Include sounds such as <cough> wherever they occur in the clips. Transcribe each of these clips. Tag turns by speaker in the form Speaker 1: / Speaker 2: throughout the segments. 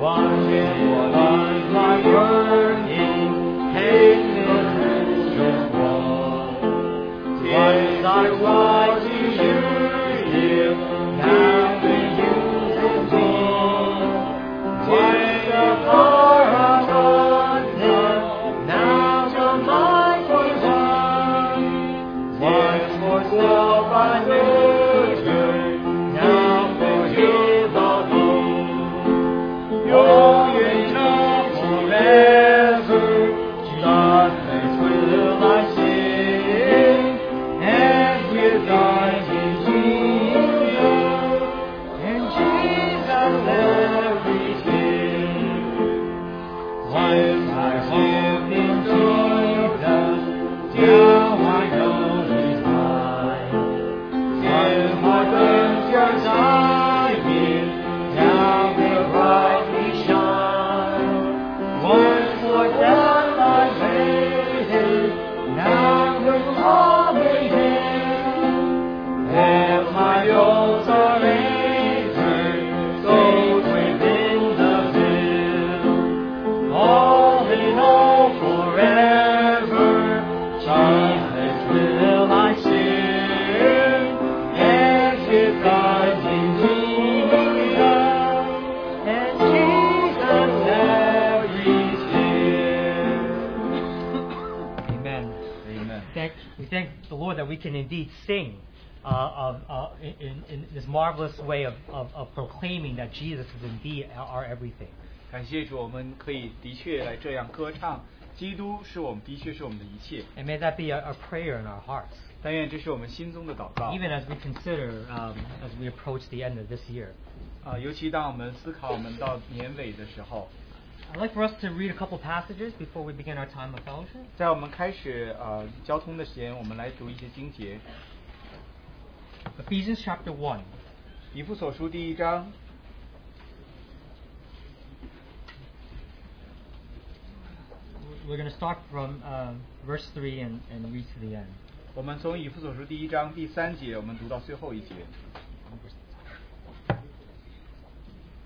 Speaker 1: One will be my burning, hazelnut your wall. Tis I why to you, you have the use of me. Tis the power of God, now to my poison. Once for self I labored, now for his alone. 永远征服烈日，赞美春来心，and with God in Jesus, in Jesus everything. Once I lived in Jesus, now I know He's mine. And my burns are dying, now will brightly shine. Once was down my lady, now the glory hymn. And my old surrender, goes within the veil. All in all forever, Jesus will I sing. And his eyes in Jesus, and Jesus everything.
Speaker 2: Amen.
Speaker 1: Amen.
Speaker 2: Thank, we thank the Lord that we can indeed sing uh, of, uh, in, in this marvelous way of, of, of proclaiming that Jesus is indeed our, our everything.
Speaker 3: 感谢主，我们可以的确来这样歌唱，基督是我们的确是我们的一切。
Speaker 2: And may that be a, a prayer in our hearts,
Speaker 3: 但愿这是我们心中的祷告。
Speaker 2: even as we consider, um, as we approach the end of this year.
Speaker 3: 啊、尤其当我们思考我们到年尾的时候，
Speaker 2: I'd like for us to read a couple passages before we begin our time of fellowship.
Speaker 3: 在我们开始呃交通的时间，我们来读一些经节。
Speaker 2: Ephesians chapter 1.
Speaker 3: 以父所书第一章，
Speaker 2: We're going to start from um, verse 3 and, and read to the end.
Speaker 3: 我们从以父所书第一章第三节，我们读到最后一节。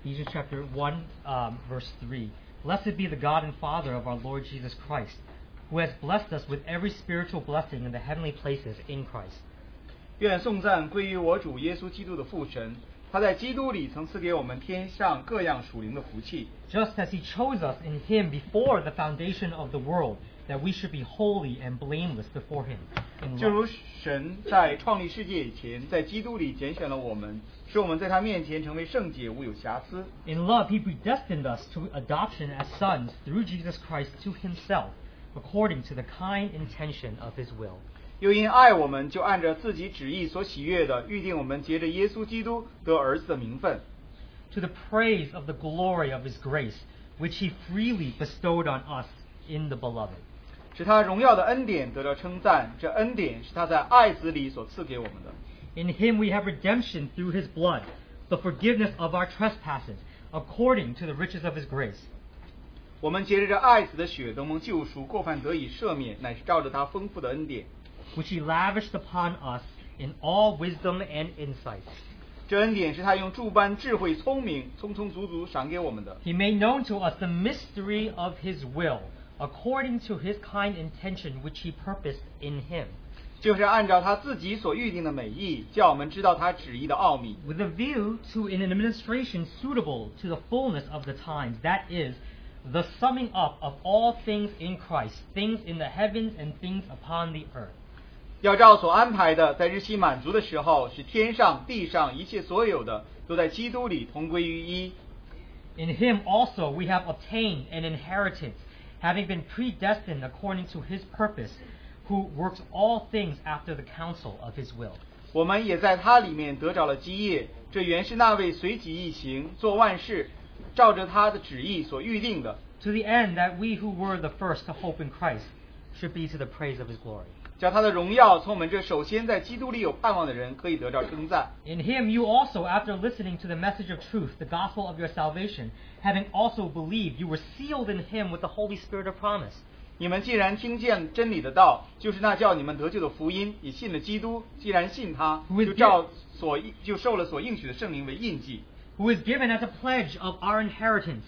Speaker 2: Ephesians chapter 1, um, verse 3. Blessed be the God and Father of our Lord Jesus Christ, who has blessed us with every spiritual blessing in the heavenly places in Christ.
Speaker 3: 愿颂赞归于我主耶稣基督的父神，他在基督里曾赐给我们天上各样属灵的福气，
Speaker 2: Just as he chose us in him before the foundation of the world, that we should be holy and blameless before him. In
Speaker 3: 就如
Speaker 2: love.
Speaker 3: 神在创立世界以前，在基督里拣选了我们，使我们在他面前成为圣洁，无有瑕疵。
Speaker 2: in love, he predestined us to adoption as sons through Jesus Christ to himself, according to the kind intention of his will.
Speaker 3: 又因爱我们，就按着自己旨意所喜悦的，预定我们藉着耶稣基督得儿子的名分，
Speaker 2: to the praise of the glory of his grace, which he freely bestowed on us in the beloved.
Speaker 3: 使他荣耀的恩典得到称赞。这恩典是他在爱子里所赐给我们的。
Speaker 2: In him we have redemption through his blood, the forgiveness of our trespasses, according to the riches of his grace,
Speaker 3: 我们藉着这爱子的血得蒙救赎，过犯得以赦免，乃是照着他丰富的恩典。
Speaker 2: which he lavished upon us in all wisdom and insight.
Speaker 3: 这恩典是他用诸般智慧、聪明，充充足足赏给我们的。
Speaker 2: He made known to us the mystery of his will, according to his kind intention which he purposed in him,
Speaker 3: 就是按照他自己所预定的美意，叫我们知道他旨意的奥秘，
Speaker 2: with a view to an administration suitable to the fullness of the times, that is, the summing up of all things in Christ, things in the heavens and things upon the earth.
Speaker 3: 要照所安排的，在日期满足的时候，使天上、地上一切所有的，都在基督里同归于一。
Speaker 2: In him also we have obtained an inheritance, having been predestined according to his purpose, who works all things after the counsel of his will.
Speaker 3: 我们也在他里面得着了基业，这原是那位随己意行、做万事，照着他的旨意所预定的，
Speaker 2: To the end that we who were the first to hope in Christ should be to the praise of his glory.
Speaker 3: 叫他的荣耀从我们这首先在基督里有盼望的人可以得着称赞。
Speaker 2: In him you also, after listening to the message of truth, the gospel of your salvation, having also believed, you were sealed in him with the Holy Spirit of promise,
Speaker 3: 你们既然听见真理的道，就是那叫你们得救的福音，也信了基督。既然信他，
Speaker 2: With
Speaker 3: 就照所应就受了所应许的圣灵为印记，
Speaker 2: who is given as a pledge of our inheritance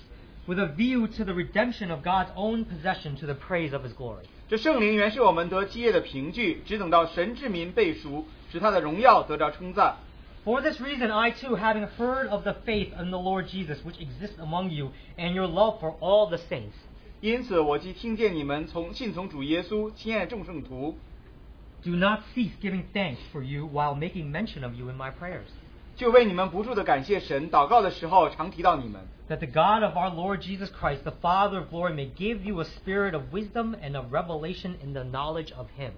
Speaker 2: with a view to the redemption of God's own possession to the praise of his glory.
Speaker 3: 这圣灵原是我们得基业的凭据，只等到神之民被赎，使他的荣耀得着称赞。
Speaker 2: For this reason, I too, having heard of the faith in the Lord Jesus which exists among you and your love for all the saints,
Speaker 3: 因此，我既听见你们从信从主耶稣，亲爱众圣徒，
Speaker 2: do not cease giving thanks for you while making mention of you in my prayers,
Speaker 3: 就为你们不住的感谢神。祷告的时候常提到你们，
Speaker 2: that the God of our Lord Jesus Christ, the Father of glory, may give you a spirit of wisdom and of revelation in the knowledge of him.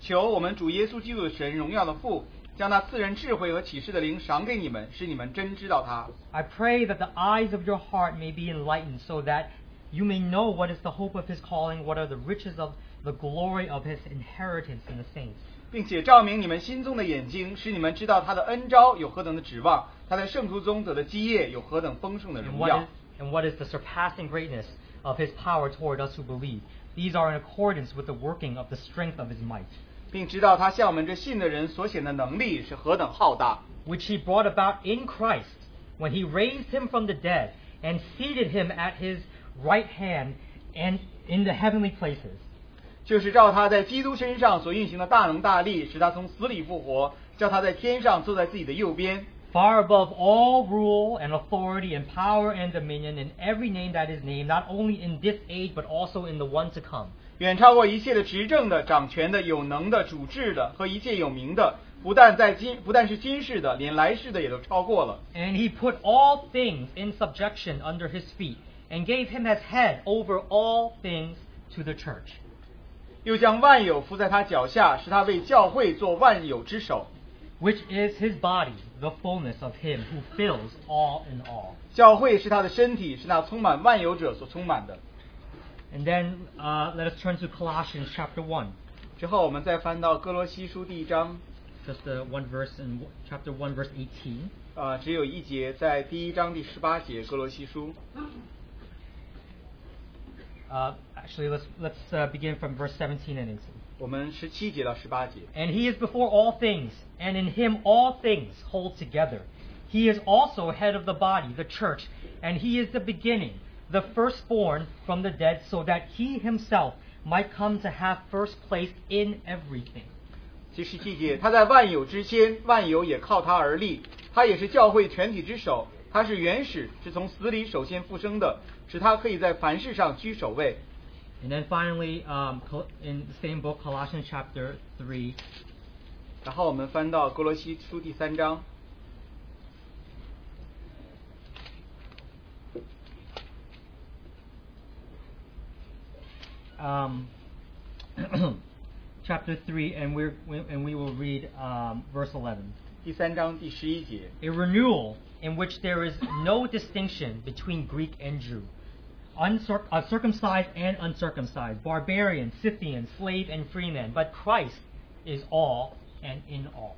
Speaker 3: 求我们主耶稣基督的神荣耀的父，将那赐人智慧和启示的灵赏给你们，使你们真知道他。
Speaker 2: I pray that the eyes of your heart may be enlightened so that you may know what is the hope of his calling, what are the riches of the glory of his inheritance in the saints,
Speaker 3: 并且照明你们心中的眼睛，使你们知道他的恩招有何等的指望，他在圣徒中得的基业有何等丰盛的
Speaker 2: and
Speaker 3: 荣
Speaker 2: what,
Speaker 3: 耀
Speaker 2: is,。and what is the surpassing greatness of his power toward us who believe. These are in accordance with the working of the strength of his might,
Speaker 3: 并知道他向我们这信的人所显的能力是何等浩大，
Speaker 2: which he brought about in Christ when he raised him from the dead and seated him at his right hand and in the heavenly places.
Speaker 3: 就是照他在基督身上所运行的大能大力，使他从死里复活，叫他在天上坐在自己的右边，
Speaker 2: far above all rule and authority and power and dominion in every name that is named, not only in this age but also in the one to come.
Speaker 3: 远超过一切的执政的、掌权的、有能的、主治的和一切有名的，不但在今，不但是今世的，连来世的也都超过了。
Speaker 2: And he put all things in subjection under his feet, and gave him as head over all things to the church,
Speaker 3: 又将万有伏在他脚下，使他为教会做万有之首。
Speaker 2: which is his body, the fullness of him who fills all in all.
Speaker 3: 教会是他的身体，是那充满万有者所充满的。
Speaker 2: And then uh, let us turn to Colossians chapter 1,
Speaker 3: 之后，我们再翻到哥罗西书第一章，
Speaker 2: just uh, one verse in chapter 1, verse 18.
Speaker 3: 呃，只有一节，在第一章第十八节，哥罗西书。
Speaker 2: Uh, actually, let's, let's uh, begin from verse 17 and 18.
Speaker 3: 我们十七节到十八节，
Speaker 2: And he is before all things, and in him all things hold together. He is also head of the body, the church, and he is the beginning, the firstborn from the dead, so that he himself might come to have first place in everything.
Speaker 3: 第十七节，他在万有之先，万有也靠他而立，他也是教会全体之首，他是原始，是从死里首先复生的，使他可以在凡事上居首位。
Speaker 2: And then finally, um, Col- in the same book, Colossians chapter 3,
Speaker 3: 然后我们翻到哥罗西书第三章，
Speaker 2: um, <clears throat> chapter 3, and, we're, and we will read um, verse 11.
Speaker 3: 第三章第十一节，
Speaker 2: a renewal in which there is no distinction between Greek and Jew, uncir- uh, circumcised and uncircumcised, barbarian, Scythian, slave and freeman, but Christ is all and in all.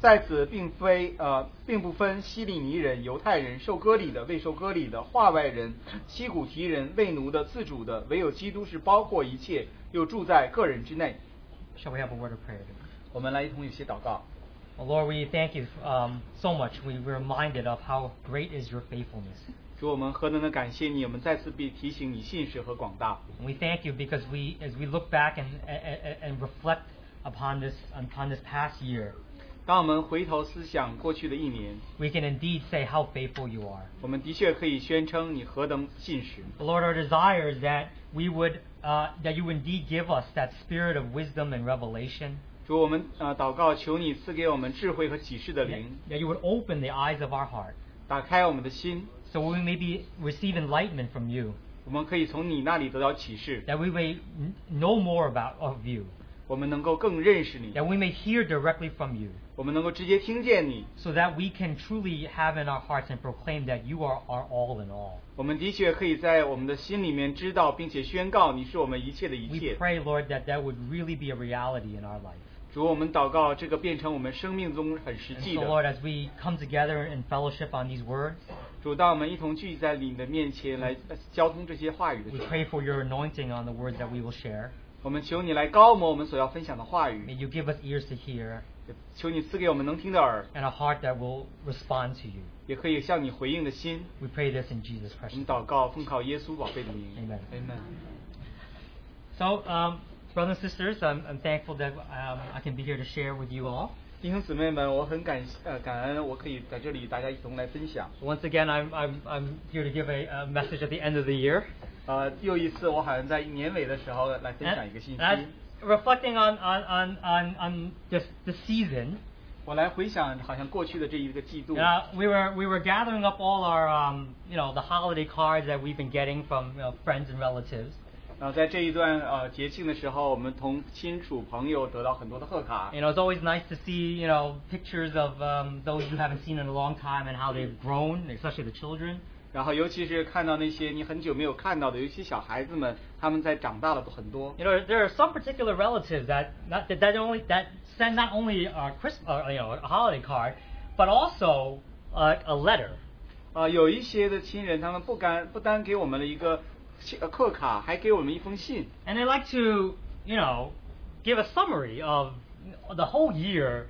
Speaker 3: 在此并非呃，并不分希利尼人、犹太人、受割礼的、未受割礼的、化外人、西古提人、为奴的、自主的，唯有基督是包括一切，又住在个人之内。
Speaker 2: Shall we have a word of prayer? today?
Speaker 3: 我们来一同有些祷告。
Speaker 2: Well, Lord, we thank you um, so much. We were reminded of how great is your faithfulness.
Speaker 3: 主，我们何等的感谢你！我们再次被提醒你信实和广大。
Speaker 2: And we thank you because we, as we look back and, and, and reflect upon this, upon this past year,
Speaker 3: 当我们回头思想过去的一年，
Speaker 2: we can indeed say how faithful you are.
Speaker 3: 我们的确可以宣称你何等信实。
Speaker 2: Lord, our desire is that we would, uh, that you indeed give us that spirit of wisdom and revelation,
Speaker 3: 主，我们呃祷告，求你赐给我们智慧和启示的
Speaker 2: that,
Speaker 3: 灵，
Speaker 2: that you would open the eyes of our heart,
Speaker 3: 打开我们的心，
Speaker 2: so we may be receive enlightenment from you,
Speaker 3: 我们可以从你那里得到启示，
Speaker 2: that we may n- know more about of you,
Speaker 3: 我们能够更认识你，
Speaker 2: that we may hear directly from you,
Speaker 3: 我们能够直接听见你。
Speaker 2: so that we can truly have in our hearts and proclaim that you are our all in all.
Speaker 3: 我们的确可以在我们的心里面知道，并且宣告你是我们一切的一
Speaker 2: We
Speaker 3: 切。
Speaker 2: pray, Lord, that that would really be a reality in our life.
Speaker 3: 主，我们祷告，这个变成我们生命中很实
Speaker 2: And
Speaker 3: 际
Speaker 2: so, Lord,
Speaker 3: 的。
Speaker 2: as we come together in fellowship on these words,
Speaker 3: 主，当我们一同聚集在你的面前来呃交通这些话语的
Speaker 2: we
Speaker 3: 时候，
Speaker 2: pray for your anointing on the words that we will share.
Speaker 3: 我们求你来高摩我们所要分享的话
Speaker 2: May
Speaker 3: 语，
Speaker 2: you give us ears to hear
Speaker 3: 求你赐给我们能听的耳，
Speaker 2: and a heart that will respond to you.
Speaker 3: 也可以向你回应的心。
Speaker 2: We pray this in Jesus'
Speaker 3: 我
Speaker 2: precious
Speaker 3: 们
Speaker 2: name.
Speaker 3: 祷告，奉靠耶稣宝贝的名。
Speaker 2: Amen.
Speaker 3: Amen.
Speaker 2: So, um, brothers and sisters, I'm, I'm thankful that um, I can be here to share with you all.
Speaker 3: 弟兄姊妹们，我很感呃感恩，我可以在这里大家一同来分享。
Speaker 2: Once again, I'm, I'm, I'm here to give a, a message at the end of the year.
Speaker 3: 呃，又一次，我好像在年尾的时候来分享一
Speaker 2: And,
Speaker 3: 个信
Speaker 2: and I-
Speaker 3: 息。
Speaker 2: reflecting on, on, on, on, on just the season,
Speaker 3: 我来回想，好像过去的这一个季度，
Speaker 2: uh, we, were, we were gathering up all our, um, you know, the holiday cards that we've been getting from you know, friends and relatives.
Speaker 3: 呃，在这一段呃节庆的时候，我们同亲属朋友得到很多的贺卡
Speaker 2: You。know, it's always nice to see, you know, pictures of um, those you haven't seen in a long time and how they've grown, especially the children.
Speaker 3: 然后，尤其是看到那些你很久没有看到的，尤其小孩子们，他们在长大了很多
Speaker 2: You。know, there are some particular relatives that not, that, that only that send not only a Christ, uh, you know, a holiday card, but also uh, a letter.
Speaker 3: 呃，有一些的亲人，他们不干不单给我们了一个信呃贺卡，还给我们一封信。
Speaker 2: And they like to, you know, give a summary of the whole year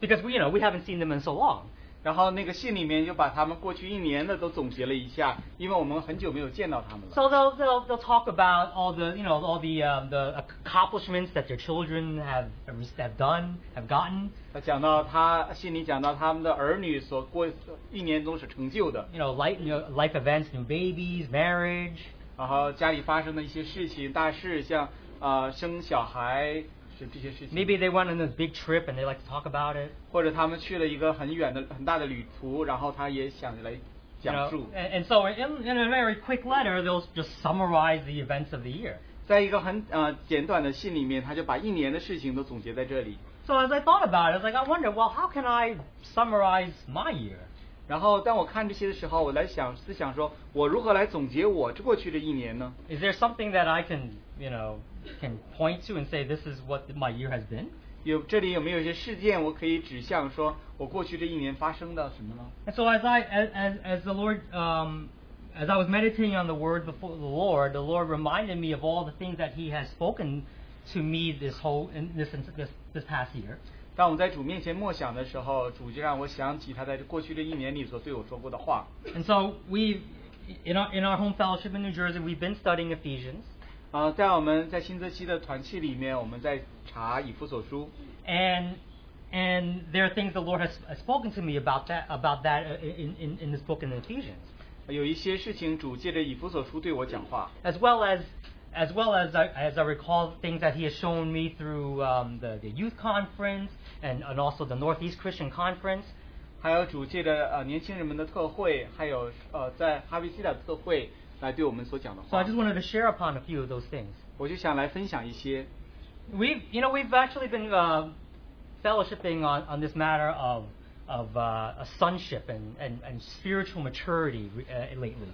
Speaker 2: because we, you know, we haven't seen them in so long.
Speaker 3: 然后那个信里面就把他们过去一年的都总结了一下，因为我们很久没有见到他们了。
Speaker 2: So they'll, they'll, they'll talk about all the, you know, all the, um, the accomplishments that their children have, have done, have gotten.
Speaker 3: 他讲到他信里讲到他们的儿女所过一年中所成就的，
Speaker 2: You know, life, you know, life events, new babies, marriage,
Speaker 3: 然后家里发生的一些事情大事，像呃生小孩是这些事情
Speaker 2: Maybe they went on this big trip and they like to talk about it.
Speaker 3: 或者他们去了一个很远的很大的旅途，然后他也想来
Speaker 2: You
Speaker 3: 讲
Speaker 2: know,
Speaker 3: 述
Speaker 2: and,，and so in, in a very quick letter, they'll just summarize the events of the year.
Speaker 3: 在一个很呃简短的信里面，他就把一年的事情都总结在这里。
Speaker 2: So as I thought about it, I was like, I wonder, well, how can I summarize my year?
Speaker 3: 然后当我看这些的时候，我来想思想说，我如何来总结我这过去的一年呢？
Speaker 2: Is there something that I can, you know, can point to and say this is what my year has been?
Speaker 3: 有这里有没有一些事件我可以指向说我过去这一年发生的什么呢？
Speaker 2: And so as I as as, as the Lord um, as I was meditating on the word before the Lord, the Lord reminded me of all the things that He has spoken to me this whole in this this this past year.
Speaker 3: 当我们在主面前默想的时候，主就让我想起他在这过去这一年里所对我说过的话。
Speaker 2: And so we in our in our home fellowship in New Jersey, we've been studying Ephesians,
Speaker 3: 啊，在我们在新泽西的团契里面，我们在查以弗所书，
Speaker 2: and and there are things the Lord has has spoken to me about that about that uh, in in, in this book in Ephesians,
Speaker 3: 有一些事情主借着以弗所书对我讲话，
Speaker 2: as well as as well as I, as I recall things that He has shown me through um, the the youth conference and and also the Northeast Christian Conference.
Speaker 3: 还有主借着呃年轻人们的特会，还有呃在哈维西的特会来对我们所讲的
Speaker 2: So I
Speaker 3: 话
Speaker 2: just，wanted to share upon a few of those things.
Speaker 3: 我就想来分享一些。
Speaker 2: We've, you know, we've actually been uh, fellowshipping on, on this matter of, of uh, a sonship and, and, and spiritual maturity uh, lately.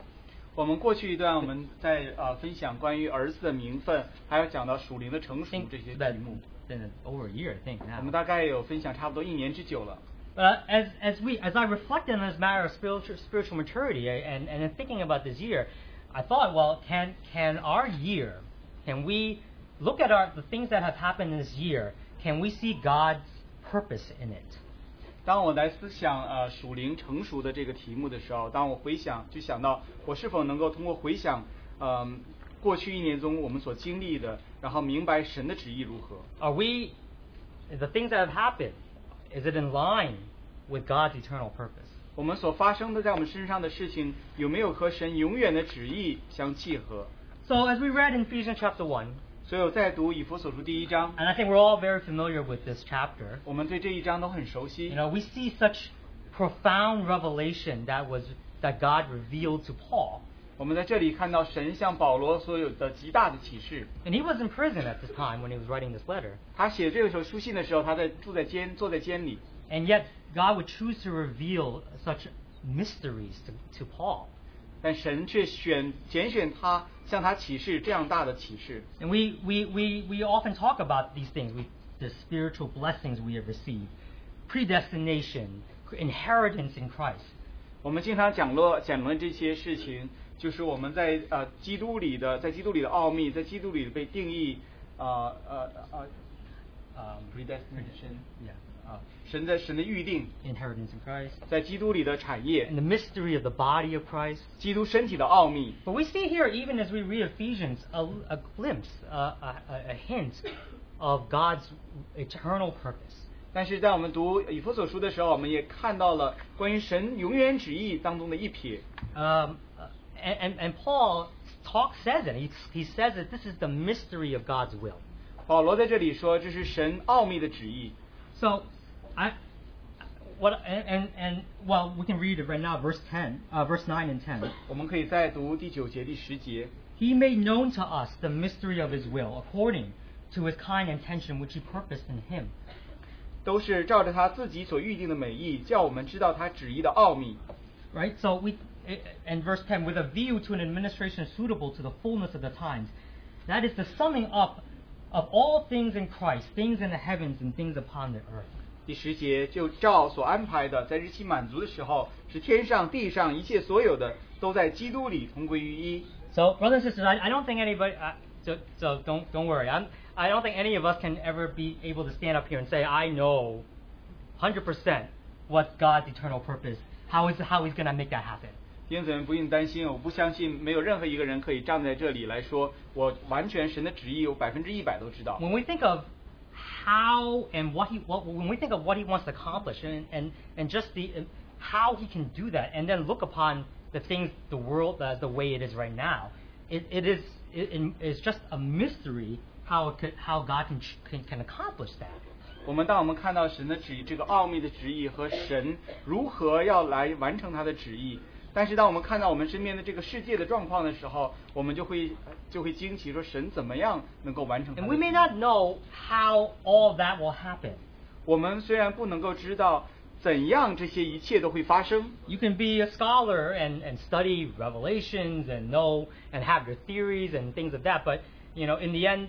Speaker 3: 我们过去一段我们在呃分享关于儿子的名分，还有讲到属灵的成
Speaker 2: I
Speaker 3: 熟
Speaker 2: think
Speaker 3: 这些
Speaker 2: that
Speaker 3: 题目。
Speaker 2: been over a year, I think
Speaker 3: 我们
Speaker 2: now.
Speaker 3: 大概有分享差不多一年之久了。
Speaker 2: But uh, as, as, we, as I reflected on this matter of spiritual, spiritual maturity uh, and, and in thinking about this year, I thought, well, can, can our year, can we look at our, the things that have happened this year, can we see God's purpose in it?
Speaker 3: 当我来思想呃属灵成熟的这个题目的时候，当我回想，就想到我是否能够通过回想，嗯、过去一年中我们所经历的，然后明白神的旨意如何。
Speaker 2: Are we, the things that have happened, is it in line with God's eternal purpose?
Speaker 3: 我们所发生的在我们身上的事情，有没有和神永远的旨意相契合？
Speaker 2: So, as we read in Ephesians chapter 1,
Speaker 3: 所以我在读以弗所书第一章，
Speaker 2: and I think we're all very familiar with this chapter,
Speaker 3: 我们对这一章都很熟悉
Speaker 2: you。know, we see such profound revelation that was that God revealed to Paul.
Speaker 3: 我们在这里看到神向保罗所有的极大的启示。
Speaker 2: And he was in prison at this time when he was writing this letter.
Speaker 3: 他写这首书信的时候，他在住在监坐在监里，
Speaker 2: And yet, God would choose to reveal such mysteries to, to Paul.
Speaker 3: 但神却选拣选他，向他启示这样大的启示。
Speaker 2: And we, we, we, we often talk about these things, we, the spiritual blessings we have received, predestination, inheritance in Christ.
Speaker 3: 我们经常讲论讲论这些事情，就是我们在呃基督里的，在基督里的奥秘，在基督里被定义，呃呃呃呃
Speaker 2: Um,
Speaker 3: ，predestination，
Speaker 2: yeah.
Speaker 3: 啊，神在神的预定，
Speaker 2: inheritance in Christ,
Speaker 3: 在基督里的产业
Speaker 2: and，the mystery of the body of Christ.
Speaker 3: 基督身体的奥秘。
Speaker 2: But we see here, even as we read Ephesians, a, a glimpse, a, a, a hint of God's eternal purpose.
Speaker 3: 但是在我们读以弗所书的时候，我们也看到了关于神永远旨意当中的一瞥。
Speaker 2: Um, and, and, and Paul talk says it. He, he says that this is the mystery of God's will.
Speaker 3: 保罗在这里说，这是神奥秘的旨意。
Speaker 2: So, I, what and, and and well, we can read it right now, verse ten, uh, verse nine and ten.
Speaker 3: 我们可以再读第九节、第十节。
Speaker 2: He made known to us the mystery of His will, according to His kind intention which He purposed in Him.
Speaker 3: 都是照着他自己所预定的美意，叫我们知道他旨意的奥秘。
Speaker 2: Right. So we, i- and verse ten, with a view to an administration suitable to the fullness of the times. That is the summing up of all things in Christ, things in the heavens and things upon the earth.
Speaker 3: 第十节就照所安排的，在日期满足的时候，使天上地上一切所有的都在基督里同归于一。
Speaker 2: So, brothers and sisters, I, I don't think anybody. I, so, so don't don't worry. I'm. I don't think any of us can ever be able to stand up here and say I know, hundred percent, what's God's eternal purpose. How is how He's gonna make that happen.
Speaker 3: 因此，不用担心，我不相信没有任何一个人可以站在这里来说，我完全神的旨意，我百分之一百都知道。
Speaker 2: When we think of how and what he what when we think of what he wants to accomplish and and, and just the and how he can do that and then look upon the things the world as the way it is right now, it, it is it, it- it's just a mystery how it could, how God can, can can accomplish that.
Speaker 3: 我们当我们看到神的旨意，这个奥秘的旨意和神如何要来完成他的旨意，但是当我们看到我们身边的这个世界的状况的时候，我们就会就会惊奇说神怎么样能够完成他
Speaker 2: And
Speaker 3: 的
Speaker 2: we
Speaker 3: 旨
Speaker 2: may
Speaker 3: 意
Speaker 2: not know how all that will happen.
Speaker 3: 我们虽然不能够知道怎样这些一切都会发生，
Speaker 2: You can be a scholar and, and study revelations and know and have your theories and things of that, but you know, in the end,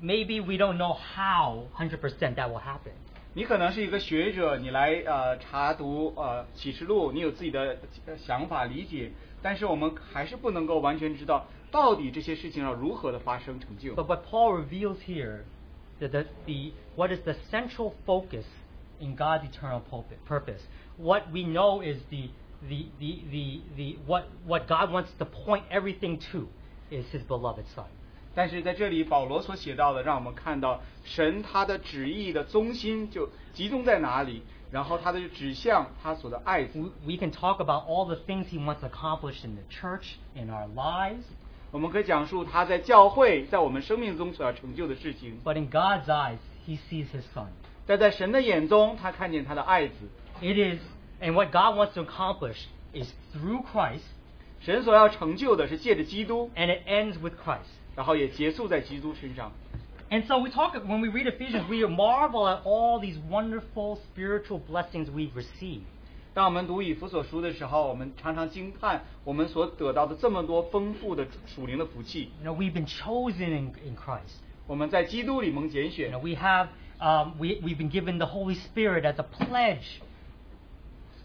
Speaker 2: maybe we don't know how 100% that will happen.
Speaker 3: 你可能是一个学者，你来呃查读呃启示录，你有自己的呃想法理解，但是我们还是不能够完全知道到底这些事情要如何的发生成就。
Speaker 2: But what Paul reveals here, that the, the what is the central focus in God's eternal pulpit, purpose. What we know is the the, the, the, the what what God wants to point everything to is His beloved Son.
Speaker 3: 但是在这里，保罗所写到的，让我们看到神他的旨意的中心就集中在哪里，然后他的指向他所的爱子。
Speaker 2: We- we can talk about all the things he wants accomplished in the church, in our lives,
Speaker 3: 我们可以讲述他在教会在我们生命中所要成就的事情，
Speaker 2: but in God's eyes, he sees his son.
Speaker 3: 但在神的眼中，他看见他的爱子。
Speaker 2: It is, and what God wants to accomplish is through Christ,
Speaker 3: 神所要成就的是借着基督，
Speaker 2: and it ends with Christ.
Speaker 3: 然后也结束在基督身上。
Speaker 2: And so we talk when we read Ephesians, we marvel at all these wonderful spiritual blessings we receive.
Speaker 3: 当我们读以弗所书的时候，我们常常惊叹我们所得到的这么多丰富的属灵的福气。
Speaker 2: You know, we've been chosen in, in Christ.
Speaker 3: 我们在基督里蒙拣
Speaker 2: You
Speaker 3: 选
Speaker 2: know, we have um, we, we've been given the Holy Spirit as a pledge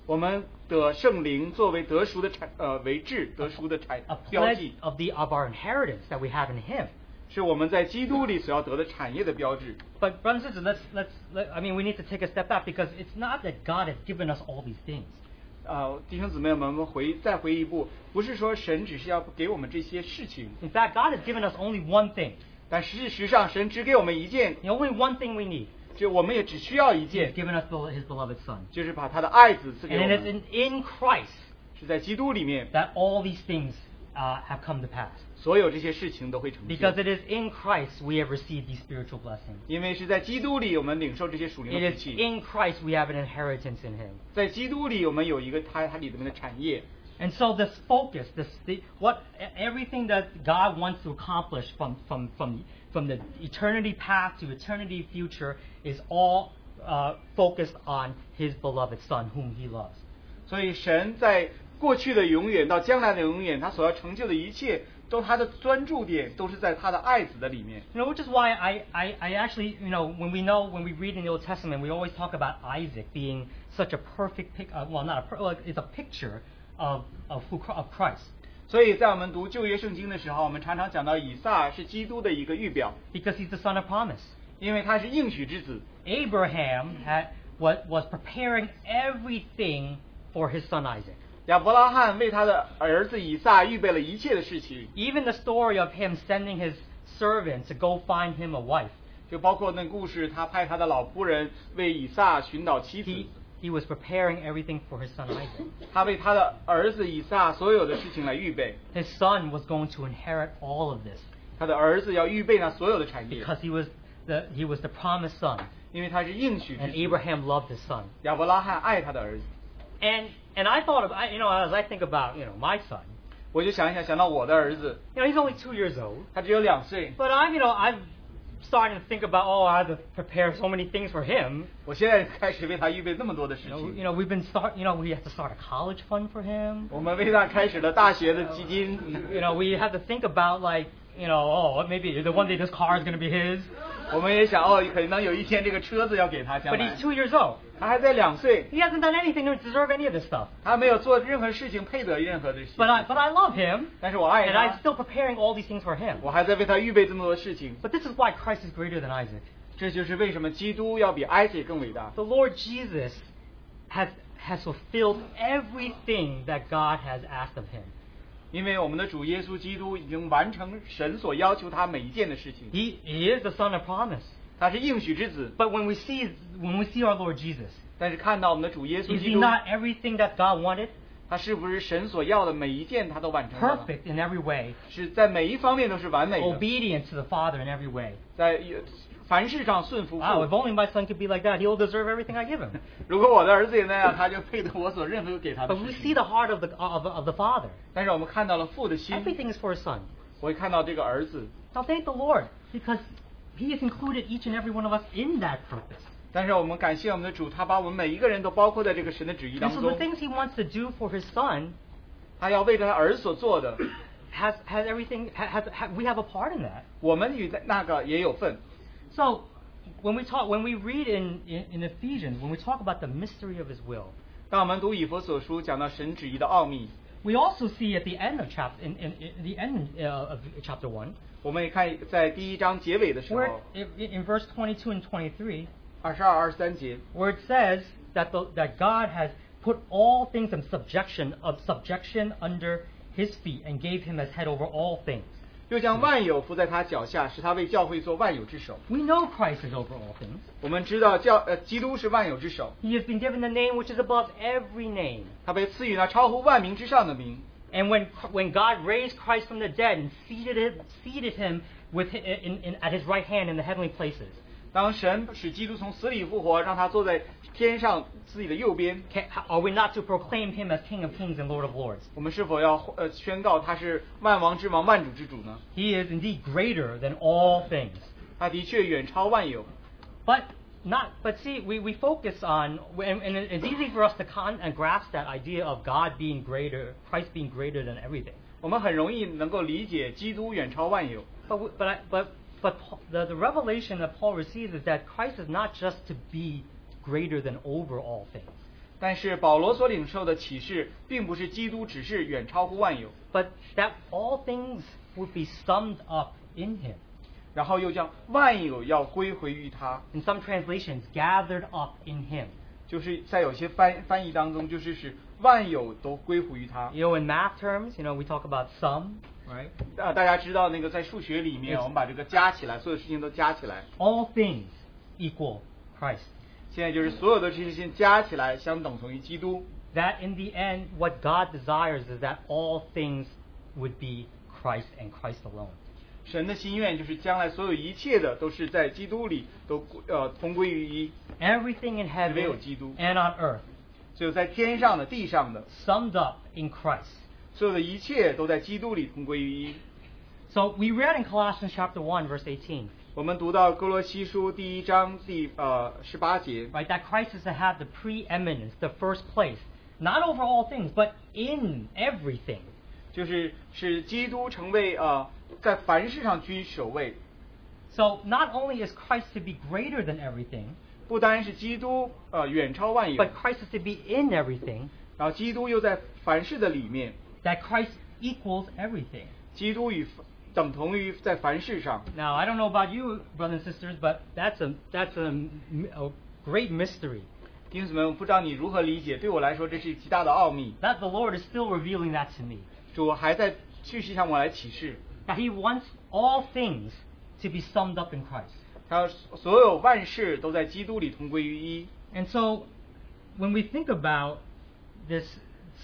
Speaker 3: 我们的圣灵作为得赎的产呃为质得赎的产
Speaker 2: a
Speaker 3: 标
Speaker 2: pledge
Speaker 3: 记，
Speaker 2: of the of our inheritance that we have in Him.
Speaker 3: 是我们在基督里所要得的产业的标志。
Speaker 2: But brothers and sisters, let's let's let, I mean we need to take a step back because it's not that God has given us all these things.
Speaker 3: 呃，弟兄姊妹们，我们回再回一步，不是说神只是要给我们这些事情，
Speaker 2: In fact, God has given us only one thing,
Speaker 3: 但事实上神只给我们一件，
Speaker 2: the only one thing we need.
Speaker 3: 就我们也只需要一
Speaker 2: He has
Speaker 3: 件，
Speaker 2: given us bel- His beloved Son,
Speaker 3: 就是把他的爱子赐给
Speaker 2: and
Speaker 3: 我
Speaker 2: it is
Speaker 3: 们，
Speaker 2: in, in Christ
Speaker 3: 是在基督里面，
Speaker 2: that all these things uh, have come to pass.
Speaker 3: 所有这些事情都会成
Speaker 2: Because
Speaker 3: 就，
Speaker 2: it is in Christ we have received these spiritual blessings.
Speaker 3: 因为是在基督里我们领受这些属灵
Speaker 2: It
Speaker 3: 的福
Speaker 2: is
Speaker 3: 气，
Speaker 2: in Christ we have an inheritance in Him.
Speaker 3: 在基督里我们有一个他他里面的产业。
Speaker 2: And so this focus, this the, what e, everything that God wants to accomplish from from from from the eternity past to eternity future is all uh, focused on His beloved Son, whom He loves.
Speaker 3: 所以神在过去的永远到将来的永远，他所要成就的一切，都他的专注点都是在他的爱子的里面。
Speaker 2: You know, which is why I, I, I actually, you know, when we know, when we read in the Old Testament, we always talk about Isaac being such a perfect, pic, uh, well, not a, per, well, it's a picture of, of, who, Chri- of Christ.
Speaker 3: 所以在我们读旧约圣经的时候，我们常常讲到以撒是基督的一个预表，
Speaker 2: Because he's the son of promise.
Speaker 3: 因为他是应许之子。
Speaker 2: Abraham had, was, was preparing everything for his son Isaac.
Speaker 3: 亚伯拉罕为他的儿子以撒预备了一切的事情，
Speaker 2: Even the story of him sending his servant to go find him a wife,
Speaker 3: 就包括那故事，他派他的老仆人为以撒寻找妻子
Speaker 2: he,，he was preparing everything for his son Isaac.
Speaker 3: 他为他的儿子以撒所有的事情来预备，
Speaker 2: His son was going to inherit all of this
Speaker 3: 他的儿子要预备那所有的产业，
Speaker 2: because he was the, he was the promised son,
Speaker 3: 因为他是应许之
Speaker 2: and
Speaker 3: 子。
Speaker 2: Abraham loved his son.
Speaker 3: 亚伯拉罕爱他的儿子，
Speaker 2: And, and I thought of, I- you know, as I think about, you know, my son,
Speaker 3: 我就想一想，想到我的儿子，
Speaker 2: you know, he's only two years old.
Speaker 3: 他只有两岁，
Speaker 2: But I'm, you know, I'm starting to think about, oh, I have to prepare so many things for him.
Speaker 3: 我现在开始为他预备那么多的事
Speaker 2: You know,
Speaker 3: 情
Speaker 2: you。know we've been start, you know, we have to start a college fund for him.
Speaker 3: 我们为他开始了大学的基金，
Speaker 2: You know, we have to think about like, you know, oh, maybe the one day this car is gonna be his.
Speaker 3: <laughs> 我们也想哦，可能有一天这个车子要给他将
Speaker 2: But
Speaker 3: 来
Speaker 2: he's。two years old.
Speaker 3: 他还在两岁，
Speaker 2: He hasn't done anything to deserve any of this stuff.
Speaker 3: 他没有做任何事情配得任何的事
Speaker 2: But I,
Speaker 3: 情。
Speaker 2: but I love him,
Speaker 3: 但是我爱
Speaker 2: and
Speaker 3: 他
Speaker 2: I'm，still preparing all these things for him.
Speaker 3: 我还在为他预备这么多事情。
Speaker 2: But this is why Christ is greater than Isaac.
Speaker 3: 这就是为什么基督要比埃及更伟大。
Speaker 2: The Lord Jesus has has fulfilled everything that God has asked of him.
Speaker 3: 因为我们的主耶稣基督已经完成神所要求他每一件的事情，
Speaker 2: He, he is the son of promise.
Speaker 3: 他是应许之子。
Speaker 2: But when we see when we see our Lord Jesus,
Speaker 3: 但是看到我们的主耶稣
Speaker 2: is
Speaker 3: 基
Speaker 2: he
Speaker 3: 督，
Speaker 2: not everything that God wanted?
Speaker 3: 他是不是神所要的每一件他都完成了？
Speaker 2: Perfect in every way,
Speaker 3: 是在每一方面都是完美的，
Speaker 2: obedient to the Father in every way.
Speaker 3: 在凡事上顺服
Speaker 2: Wow, if
Speaker 3: 父。
Speaker 2: only my son could be like that, he'll deserve everything I give him.
Speaker 3: 如果我的儿子也那样，他就配得我所任何给他的
Speaker 2: But we
Speaker 3: 事
Speaker 2: see
Speaker 3: 情。
Speaker 2: the heart of the of, of the Father.
Speaker 3: 但是我们看到了父的心，
Speaker 2: Everything is for his son.
Speaker 3: 我会看到这个儿子。
Speaker 2: Now thank the Lord because he has included each and every one of us in that purpose.
Speaker 3: 但是我们感谢我们的主，他把我们每一个人都包括在这个神的旨意
Speaker 2: And
Speaker 3: 当
Speaker 2: so the
Speaker 3: 中。
Speaker 2: things he wants to do for his son
Speaker 3: 他要为着他儿子所做的， <coughs>
Speaker 2: has has everything ha- has, ha we have a part in that.
Speaker 3: 我们与那个也有份。
Speaker 2: So when we talk, when we read in, in, in Ephesians, when we talk about the mystery of His will,
Speaker 3: 当我们读以佛所书，讲到神旨意的奥秘，
Speaker 2: we also see at the end of chapter in, in, in the end uh, of chapter one,
Speaker 3: 我们也看在第一章结尾的时
Speaker 2: where
Speaker 3: 候，
Speaker 2: in, in verse 22 and 23,
Speaker 3: 二十二、二十三节，
Speaker 2: where it says that the, that God has put all things in subjection of subjection under His feet and gave Him as head over all things.
Speaker 3: 又将万有伏在他脚下，使他为教会做万有之首。
Speaker 2: We know Christ is over all things.
Speaker 3: 我们知道教呃基督是万有之首，
Speaker 2: He has been given the name which is above every name.
Speaker 3: 他被赐予那超乎万名之上的名。
Speaker 2: And when, when God raised Christ from the dead and seated him, seated him with, in, in, at his right hand in the heavenly places,
Speaker 3: 当神使基督从死里复活，让他坐在天上自己的右边，
Speaker 2: can, are we not to proclaim him as King of kings and Lord of lords?
Speaker 3: 我们是否要呃宣告他是万王之王、万主之主呢？
Speaker 2: He is indeed greater than all things.
Speaker 3: 他的确远超万有。
Speaker 2: But, not, but see, we, we focus on, and, and it's easy for us to con, and grasp that idea of God being greater, Christ being greater than everything.
Speaker 3: 我们很容易能够理解基督远超万有，
Speaker 2: But, w- but, I, but, but Paul- the, the revelation that Paul receives is that Christ is not just to be greater than over all things.
Speaker 3: 但是保罗所领受的启示，并不是基督只是远超乎万有，
Speaker 2: but that all things would be summed up in him.
Speaker 3: 然后又将万有要归回于他，
Speaker 2: In some translations, gathered up in him.
Speaker 3: 就是在有些翻翻译当中，就是使万有都归回于他。
Speaker 2: You know, in math terms, you know, we talk about sum, right?
Speaker 3: 呃，大家知道那个在数学里面，
Speaker 2: Yes.
Speaker 3: 我们把这个加起来，所有事情都加起来，
Speaker 2: All things equal Christ.
Speaker 3: 现在就是所有的这些事情加起来相等同于基督。
Speaker 2: That in the end, what God desires is that all things would be Christ and Christ alone.
Speaker 3: 神的心愿就是将来所有一切的都是在基督里都归呃同归于一，
Speaker 2: Everything in heaven
Speaker 3: 只有基督。
Speaker 2: and on earth
Speaker 3: 只有在天上的、地上的，
Speaker 2: summed up in Christ.
Speaker 3: 所有的一切都在基督里同归于一。
Speaker 2: So we read in Colossians chapter 1 verse 18,
Speaker 3: 我们读到哥罗西书第一章第呃十八节，
Speaker 2: right? That Christ is to have the preeminence, the first place, not over all things, but in everything.
Speaker 3: 就是使基督成为呃在凡事上居首位，
Speaker 2: So not only is Christ to be greater than everything,
Speaker 3: 不单是基督呃远超万有
Speaker 2: but，Christ is to be in everything,
Speaker 3: 然后基督又在凡事的里面，
Speaker 2: that Christ equals everything.
Speaker 3: 基督与等同于在凡事上。
Speaker 2: Now, I don't know about you, brothers and sisters, but that's a, that's a, m- a great mystery
Speaker 3: 弟兄姊妹，我不知道你如何理解，对我来说这是极大的奥秘。
Speaker 2: that the Lord is still revealing that to me.
Speaker 3: 主还在继续向我来启示，
Speaker 2: That He wants all things to be summed up in Christ.
Speaker 3: 他所有万事都在基督里同归于一。
Speaker 2: And so, when we think about this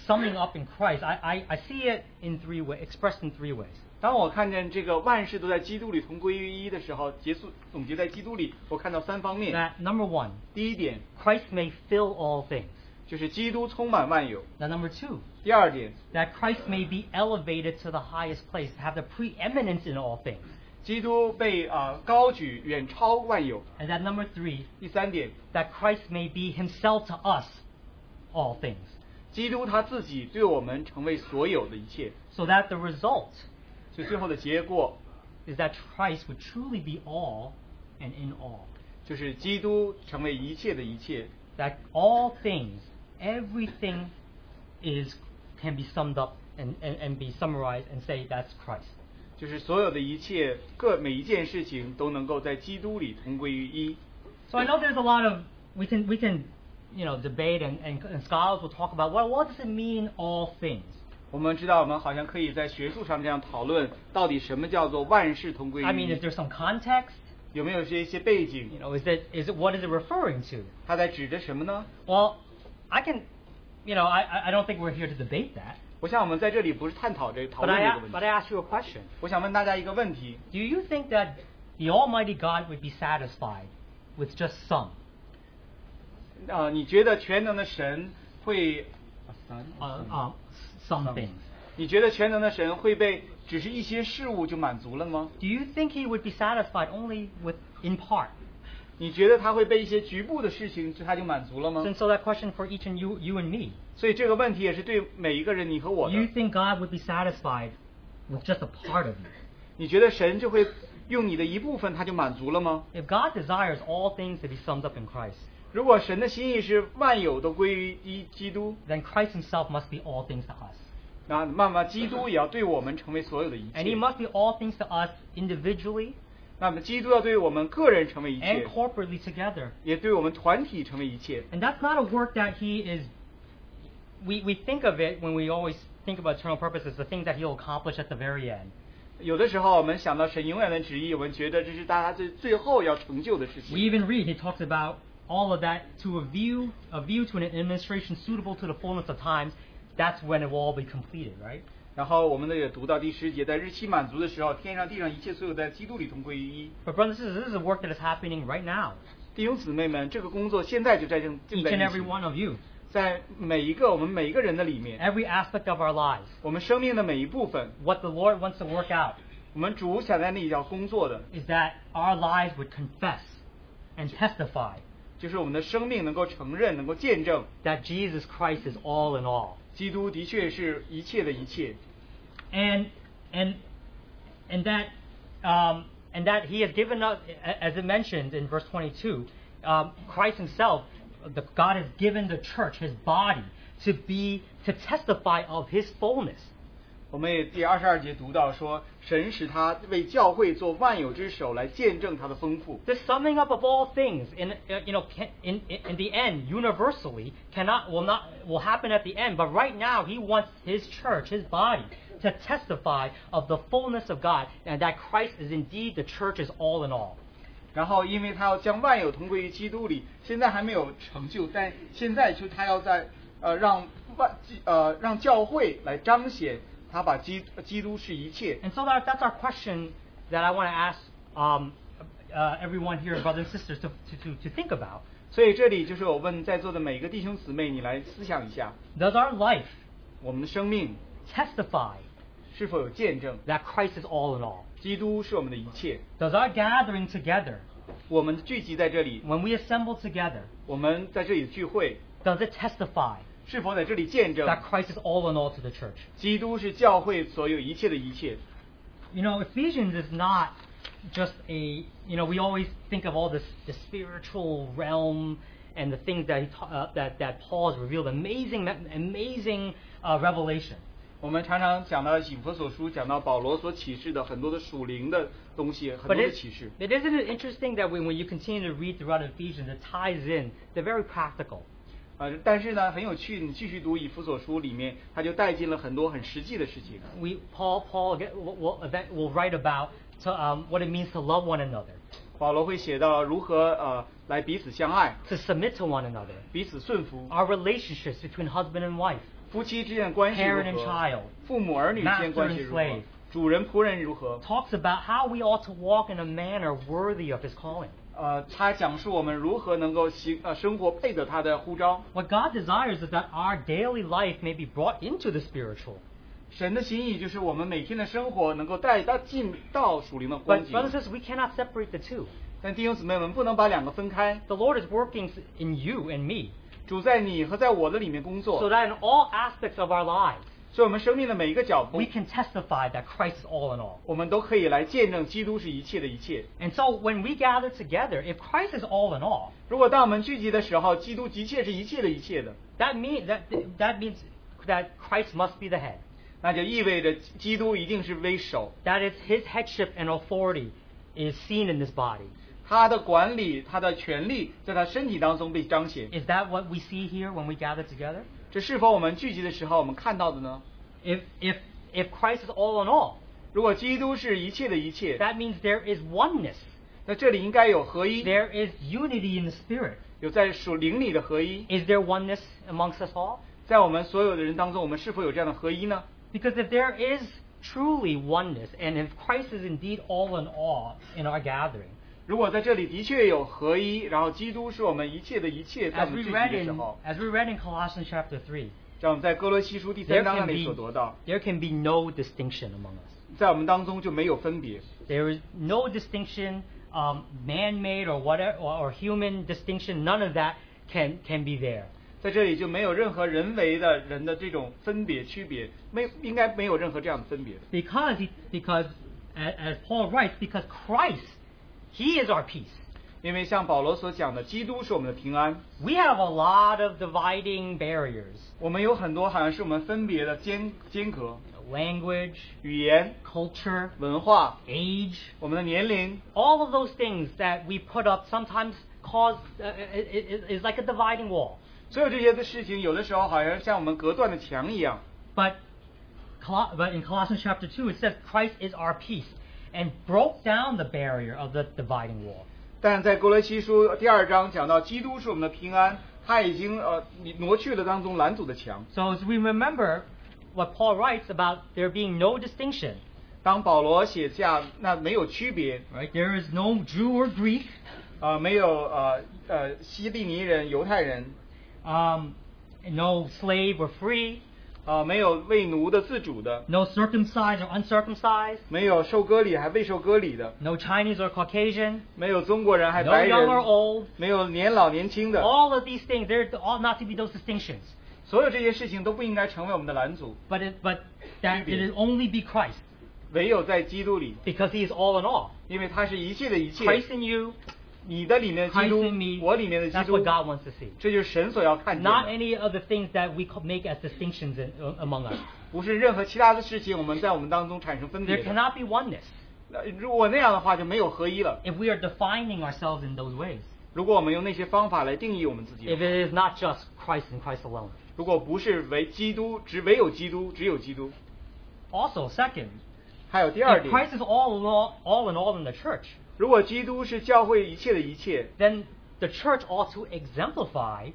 Speaker 2: summing up in Christ, I, I, I see it in three ways, expressed in three ways.
Speaker 3: 当我看见这个万事都在基督里同归于一的时候，结束总结在基督里，我看到三方面。
Speaker 2: That number one,
Speaker 3: 第一点
Speaker 2: Christ may fill all things.
Speaker 3: 就是基督充满万有。
Speaker 2: Now, number two,
Speaker 3: 第二点，
Speaker 2: that Christ may be elevated to the highest place, have the preeminence in all things.
Speaker 3: 基督被啊、呃高举，远超万有。
Speaker 2: And that number three,
Speaker 3: 第三点，
Speaker 2: that Christ may be himself to us all things.
Speaker 3: 基督他自己对我们成为所有的一切。
Speaker 2: So that the result
Speaker 3: 所以最后的结果
Speaker 2: is that Christ would truly be all and in all.
Speaker 3: 就是基督成为一切的一切，
Speaker 2: That all things, everything is can be summed up and, and, and be summarized and say that's Christ.
Speaker 3: 就是所有的一切，各每一件事情都能够在基督里同归于一。
Speaker 2: So I know there's a lot of we can we can you know debate and, and, and scholars will talk about well what does it mean all things?
Speaker 3: 我们知道，我们好像可以在学术上这样讨论，到底什么叫做万事同归于
Speaker 2: I mean is
Speaker 3: 一？
Speaker 2: there some context?
Speaker 3: 有没有这些背景
Speaker 2: You？know is that is it what is it referring to?
Speaker 3: 它在指着什么呢？
Speaker 2: Well, I can you know I I- I don't think we're here to debate that.
Speaker 3: 我想我们在这里不是探讨这讨
Speaker 2: But
Speaker 3: 论
Speaker 2: I
Speaker 3: 这个
Speaker 2: a-
Speaker 3: 问
Speaker 2: but I
Speaker 3: 题。
Speaker 2: ask you a question.
Speaker 3: 我想问大家一个问题：
Speaker 2: Do you think that the Almighty God would be satisfied with just some?
Speaker 3: 啊、你觉得全能的神会啊
Speaker 2: Uh, uh, some things.
Speaker 3: 你觉得全能的神会被只是一些事物就满足了吗？
Speaker 2: Do you think he would be satisfied only with in part?
Speaker 3: 你觉得他会被一些局部的事情就他就满足了吗？
Speaker 2: And so that question for each and you you and me.
Speaker 3: 所以这个问题也是对每一个人，你和我
Speaker 2: You
Speaker 3: 的。
Speaker 2: think God would be satisfied with just a part of you?
Speaker 3: 你觉得神就会用你的一部分，他就满足了吗？
Speaker 2: If God desires all things to be summed up in Christ,
Speaker 3: 如果神的心意是万有都归于一基督，
Speaker 2: then Christ Himself must be all things to us,
Speaker 3: 那那么基督也要对我们成为所有的一
Speaker 2: and He
Speaker 3: 切。
Speaker 2: must be all things to us individually
Speaker 3: 那么基督要对我们个人成为一
Speaker 2: and
Speaker 3: 切，
Speaker 2: corporately together.
Speaker 3: 也对我们团体成为一切。
Speaker 2: And that's not a work that he is. We, we think of it when we always think about eternal purpose as the thing that he'll accomplish at the very end.
Speaker 3: 有的时候我们想到神永远的旨意，我们觉得这是大家最最后要成就的事
Speaker 2: We
Speaker 3: 情。
Speaker 2: even read he talks about all of that to a view a view to an administration suitable to the fullness of times. That's when it will all be completed, right?
Speaker 3: 然后我们呢也读到第十节，在日期满足的时候，天上地上一切所有在基督里同归于一。
Speaker 2: But brothers and sisters, this is a work that is happening right now,
Speaker 3: 弟兄姊妹们，这个工作现在就在正正
Speaker 2: each
Speaker 3: 在
Speaker 2: and
Speaker 3: 进
Speaker 2: every
Speaker 3: 行
Speaker 2: one of you,
Speaker 3: 在每一个我们每一个人的里面，
Speaker 2: every aspect of our lives.
Speaker 3: 我们生命的每一部分，
Speaker 2: What the Lord wants to work out
Speaker 3: 我们主想在那里要工作的，
Speaker 2: is that our lives would confess and testify
Speaker 3: 就是我们的生命能够承认、能够见证，
Speaker 2: that Jesus Christ is all in all.
Speaker 3: 基督的确是一切的一切，
Speaker 2: and and and that um, and that he has given us, a- as it mentions in verse 22, um, Christ Himself, the, God has given the church His body to be to testify of His fullness.
Speaker 3: 我们也第二十二节读到说，神使他为教会做万有之首，来见证他的丰富。
Speaker 2: The summing up of all things, in uh, you know, can, in, in in the end, universally cannot will not will happen at the end. But right now, He wants His church, His body, to testify of the fullness of God, and that Christ is indeed the church is all in all.
Speaker 3: 然后，因为他要将万有同归于基督里，现在还没有成就，但现在就他要在呃让万呃让教会来彰显他把基呃基督是一切。
Speaker 2: And so that, that's our question that I want to ask um, uh, everyone here, brothers and sisters, to, to, to, to think about.
Speaker 3: 所以这里就是我问在座的每一个弟兄姊妹，你来思想一下，
Speaker 2: Does our life
Speaker 3: 我们的生命
Speaker 2: testify
Speaker 3: 是否有见证？
Speaker 2: that Christ is all in all?
Speaker 3: 基督是我们的一切。
Speaker 2: Does our gathering together,
Speaker 3: 我们聚集在这里，
Speaker 2: when we assemble together,
Speaker 3: 我们在这里聚会，
Speaker 2: does it testify
Speaker 3: 是否在这里见证
Speaker 2: that Christ is all in all to the church?
Speaker 3: 基督是教会所有一切的一切？
Speaker 2: You know, Ephesians is not just a, you know, we always think of all this the spiritual realm and the things that, he ta- uh, that, that Paul has revealed, amazing, amazing uh, revelation.
Speaker 3: 我们常常讲到以弗所书，讲到保罗所启示的很多的属灵的东西，很多
Speaker 2: But
Speaker 3: 的
Speaker 2: it,
Speaker 3: 启示。
Speaker 2: but isn't it interesting that when, when you continue to read throughout Ephesians, it ties in, they're very practical.
Speaker 3: 啊、但是呢，很有趣，你继续读以弗所书里面，他就带进了很多很实际的事情。
Speaker 2: We, Paul, Paul get- will, will, that will write about to, um, what it means to love one another,
Speaker 3: 保罗会写到如何呃来彼此相爱，
Speaker 2: to submit to one another,
Speaker 3: 彼此顺服，
Speaker 2: our relationships between husband and wife,
Speaker 3: 夫妻之间的关系
Speaker 2: parent
Speaker 3: 如
Speaker 2: and
Speaker 3: 何，
Speaker 2: child.
Speaker 3: 父母儿女之间关系如
Speaker 2: Master and
Speaker 3: 何
Speaker 2: slave，
Speaker 3: 主人仆人如何。
Speaker 2: Talks about how we ought to walk in a manner worthy of his calling.
Speaker 3: 呃，他讲述我们如何能够行呃生活配得他的呼召。
Speaker 2: What God desires is that our daily life may be brought into the spiritual.
Speaker 3: 神的心意就是我们每天的生活能够带到进到属灵的光
Speaker 2: But
Speaker 3: 景。
Speaker 2: brothers and sisters, we cannot separate the two.
Speaker 3: 但弟兄姊妹们不能把两个分开，
Speaker 2: The Lord is working in you and me
Speaker 3: 主在你和在我的里面工
Speaker 2: so
Speaker 3: 作，
Speaker 2: that in all aspects of our lives,
Speaker 3: 所以我们生命的每一个脚步
Speaker 2: we，can testify that Christ is all in all.
Speaker 3: 我们都可以来见证基督是一切的一切。
Speaker 2: And so when we gather together, if Christ is all in all,
Speaker 3: 如果当我们聚集的时候，基督一切是一切的一切的，
Speaker 2: that means that that means that Christ must be the head.
Speaker 3: 那就意味着基督一定是为首，
Speaker 2: That is his headship and authority is seen in this body.
Speaker 3: 他的管理、他的权力在他身体当中被彰显。
Speaker 2: Is that what we see here when we gather together?
Speaker 3: 这是否我们聚集的时候我们看到的呢？
Speaker 2: If if if Christ is all in all,
Speaker 3: 如果基督是一切的一切，
Speaker 2: that means there is oneness.
Speaker 3: 那这里应该有合一，
Speaker 2: There is unity in the spirit.
Speaker 3: 有在属灵里的合一，
Speaker 2: Is there oneness amongst us all?
Speaker 3: 在我们所有的人当中，我们是否有这样的合一呢？
Speaker 2: Because if there is truly oneness, and if Christ is indeed all in all in our gathering,
Speaker 3: 如果在这里的确有合一，然后基督是我们一切的一切，在我
Speaker 2: as
Speaker 3: 们
Speaker 2: we
Speaker 3: 聚集
Speaker 2: read
Speaker 3: 的时
Speaker 2: in
Speaker 3: 候，
Speaker 2: as we read in Colossians chapter three,
Speaker 3: 在我们在哥罗西书第
Speaker 2: there
Speaker 3: 三章那
Speaker 2: can
Speaker 3: 里
Speaker 2: be
Speaker 3: 所得到，
Speaker 2: there can be no distinction among us.
Speaker 3: 在我们当中就没有分别，
Speaker 2: There is no distinction, um, man-made or whatever or, or human distinction. None of that can can be there.
Speaker 3: 在这里就没有任何人为的人的这种分别区别，没应该没有任何这样的分别的，
Speaker 2: Because he, because a- as Paul writes, because Christ, he is our peace.
Speaker 3: 因为像保罗所讲的，基督是我们的平安。
Speaker 2: We have a lot of dividing barriers,
Speaker 3: 我们有很多好像是我们分别的间间隔，
Speaker 2: language,
Speaker 3: 语言、
Speaker 2: culture,
Speaker 3: 文化、
Speaker 2: age,
Speaker 3: 我们的年龄，
Speaker 2: all of those things that we put up sometimes cause uh, it, it, it's like a dividing wall.
Speaker 3: 所有这些的事情，有的时候好像像我们隔断的墙一样。
Speaker 2: But Col- but in Colossians chapter two, it says Christ is our peace and broke down the barrier of the dividing wall.
Speaker 3: 但在格罗西书第二章讲到，基督是我们的平安，他已经呃挪去了当中拦阻的墙。
Speaker 2: So as we remember what Paul writes about there being no distinction,
Speaker 3: 当保罗写下那没有区别，
Speaker 2: right? There is no Jew or Greek,
Speaker 3: 呃，没有呃呃希利尼人、犹太人，
Speaker 2: um, no slave or free,
Speaker 3: 呃，没有为奴的、自主的，
Speaker 2: no circumcised or uncircumcised,
Speaker 3: 没有受割礼还未受割礼的，
Speaker 2: no Chinese or Caucasian,
Speaker 3: 没有中国人还
Speaker 2: no
Speaker 3: 白
Speaker 2: young or
Speaker 3: 人，
Speaker 2: old.
Speaker 3: 没有年老年轻的，
Speaker 2: All of these things, there ought not to be those distinctions.
Speaker 3: 所有这些事情都不应该成为我们的拦阻，
Speaker 2: But it, but that
Speaker 3: Maybe.
Speaker 2: it will only be Christ,
Speaker 3: 唯有在基督里，
Speaker 2: because He is all in all.
Speaker 3: 因为他是一切的一切。
Speaker 2: Christ in you,
Speaker 3: 你的里面的基
Speaker 2: Christ
Speaker 3: 督
Speaker 2: in，me.
Speaker 3: 我里面的基
Speaker 2: That's
Speaker 3: 督
Speaker 2: what，God wants to see.
Speaker 3: 这就是神所要看见
Speaker 2: Not
Speaker 3: 的，
Speaker 2: any of the things that we co- make as distinctions in, uh, among us.
Speaker 3: 不是任何其他的事情我们在我们当中产生分
Speaker 2: There
Speaker 3: 别的。
Speaker 2: cannot be oneness
Speaker 3: 那如果那样的话，就没有合一了。
Speaker 2: if we are defining ourselves in those ways.
Speaker 3: 如果我们用那些方法来定义我们自
Speaker 2: If
Speaker 3: 己，
Speaker 2: it is not just Christ and Christ alone.
Speaker 3: 如果不是为基督，只唯有基督，只有基督。
Speaker 2: Also, second,
Speaker 3: 还有第二
Speaker 2: if
Speaker 3: 点，
Speaker 2: Christ is all in all, all in all in the church,
Speaker 3: 如果基督是教会一切的一切，
Speaker 2: then the church ought to exemplify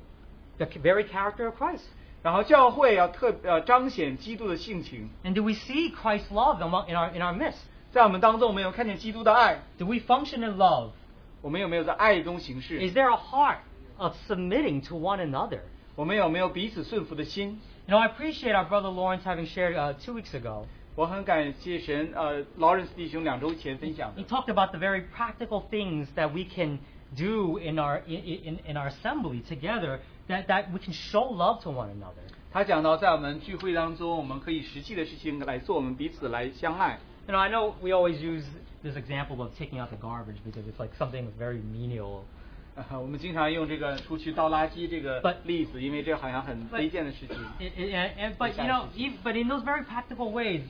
Speaker 2: the c- very character of Christ.
Speaker 3: 然后教会要特呃彰显基督的性情，
Speaker 2: And do we see Christ's love among, in, our, in our midst?
Speaker 3: 在我们当中，我们有看见基督的爱，
Speaker 2: Do we function in love?
Speaker 3: 我们有没有在爱中行事
Speaker 2: Is？there a heart of submitting to one another?
Speaker 3: 我们有没有彼此顺服的心？
Speaker 2: You know, I appreciate our brother Lawrence having shared uh, two weeks ago.
Speaker 3: 我很感谢神，呃，劳伦斯弟兄两周前分享
Speaker 2: He
Speaker 3: 的，
Speaker 2: talked about the very practical things that we can do in our in, in, in our assembly together that, that we can show love to one another.
Speaker 3: 他讲到在我们聚会当中，我们可以实际的事情来做，我们彼此来相爱。 <laughs>
Speaker 2: You know, I know we always use this example of taking out the garbage because it's like something very menial.
Speaker 3: 啊我们经常用这个出去倒垃圾这个
Speaker 2: But-
Speaker 3: 例子，因为这好像很
Speaker 2: But-
Speaker 3: 卑贱的事
Speaker 2: <laughs>
Speaker 3: 情。
Speaker 2: It- it- and, and- but you know,
Speaker 3: Precisely.
Speaker 2: even, but in those very practical ways,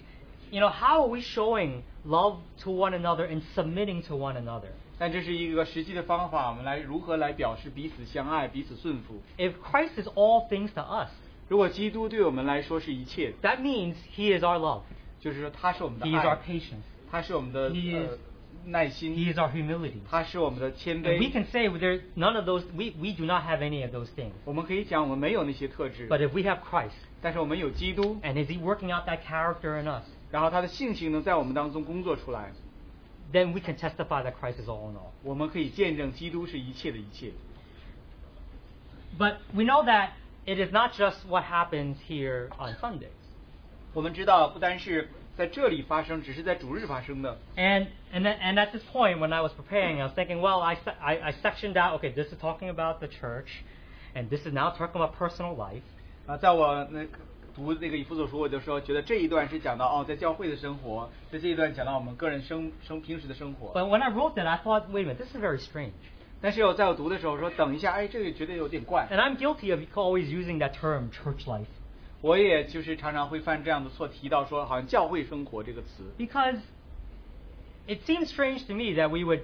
Speaker 2: you know, how are we showing love to one another and submitting to one another?
Speaker 3: 但这是一个实际的方法，我们来如何来表示彼此相爱、彼此顺服。
Speaker 2: If Christ is all things to us,
Speaker 3: 如果基督对我们来说是一切，
Speaker 2: that means He is our love.
Speaker 3: 就是说他是我们的
Speaker 2: He is our
Speaker 3: 爱，
Speaker 2: patience.
Speaker 3: 他是我们的
Speaker 2: He
Speaker 3: 呃
Speaker 2: is-
Speaker 3: 耐心
Speaker 2: He is our humility.
Speaker 3: 他是我们的谦
Speaker 2: And we
Speaker 3: 卑。
Speaker 2: can say there none of those. We, we do not have any of those things.
Speaker 3: 我们可以讲我们没有那些特质，
Speaker 2: But if we have Christ,
Speaker 3: 但是我们有基督，
Speaker 2: and is He working out that character in us,
Speaker 3: 然后他的性情能在我们当中工作出来，
Speaker 2: then we can testify that Christ is all in all.
Speaker 3: 我们可以见证基督是一切的一切。
Speaker 2: But we know that it is not just what happens here on Sundays.
Speaker 3: 我们知道，不单是在这里发生，只是在主日发生的。
Speaker 2: And and then, and at this point, when I was preparing, I was thinking, well, I, se- I I sectioned out. Okay, this is talking about the church, and this is now talking about personal life.
Speaker 3: 啊，在我那个读那个以弗所书，我就说，觉得这一段是讲到哦，在教会的生活，在这一段讲到我们个人生生平时的生活。
Speaker 2: But when I wrote that, I thought, wait a minute, this is very strange.
Speaker 3: 但是我在我读的时候说，等一下，哎，这个觉得有点怪。
Speaker 2: And I'm guilty of always using that term, church life,
Speaker 3: 我也就是常常会犯这样的错，提到说好像教会生活这个词，
Speaker 2: because it seems strange to me that we would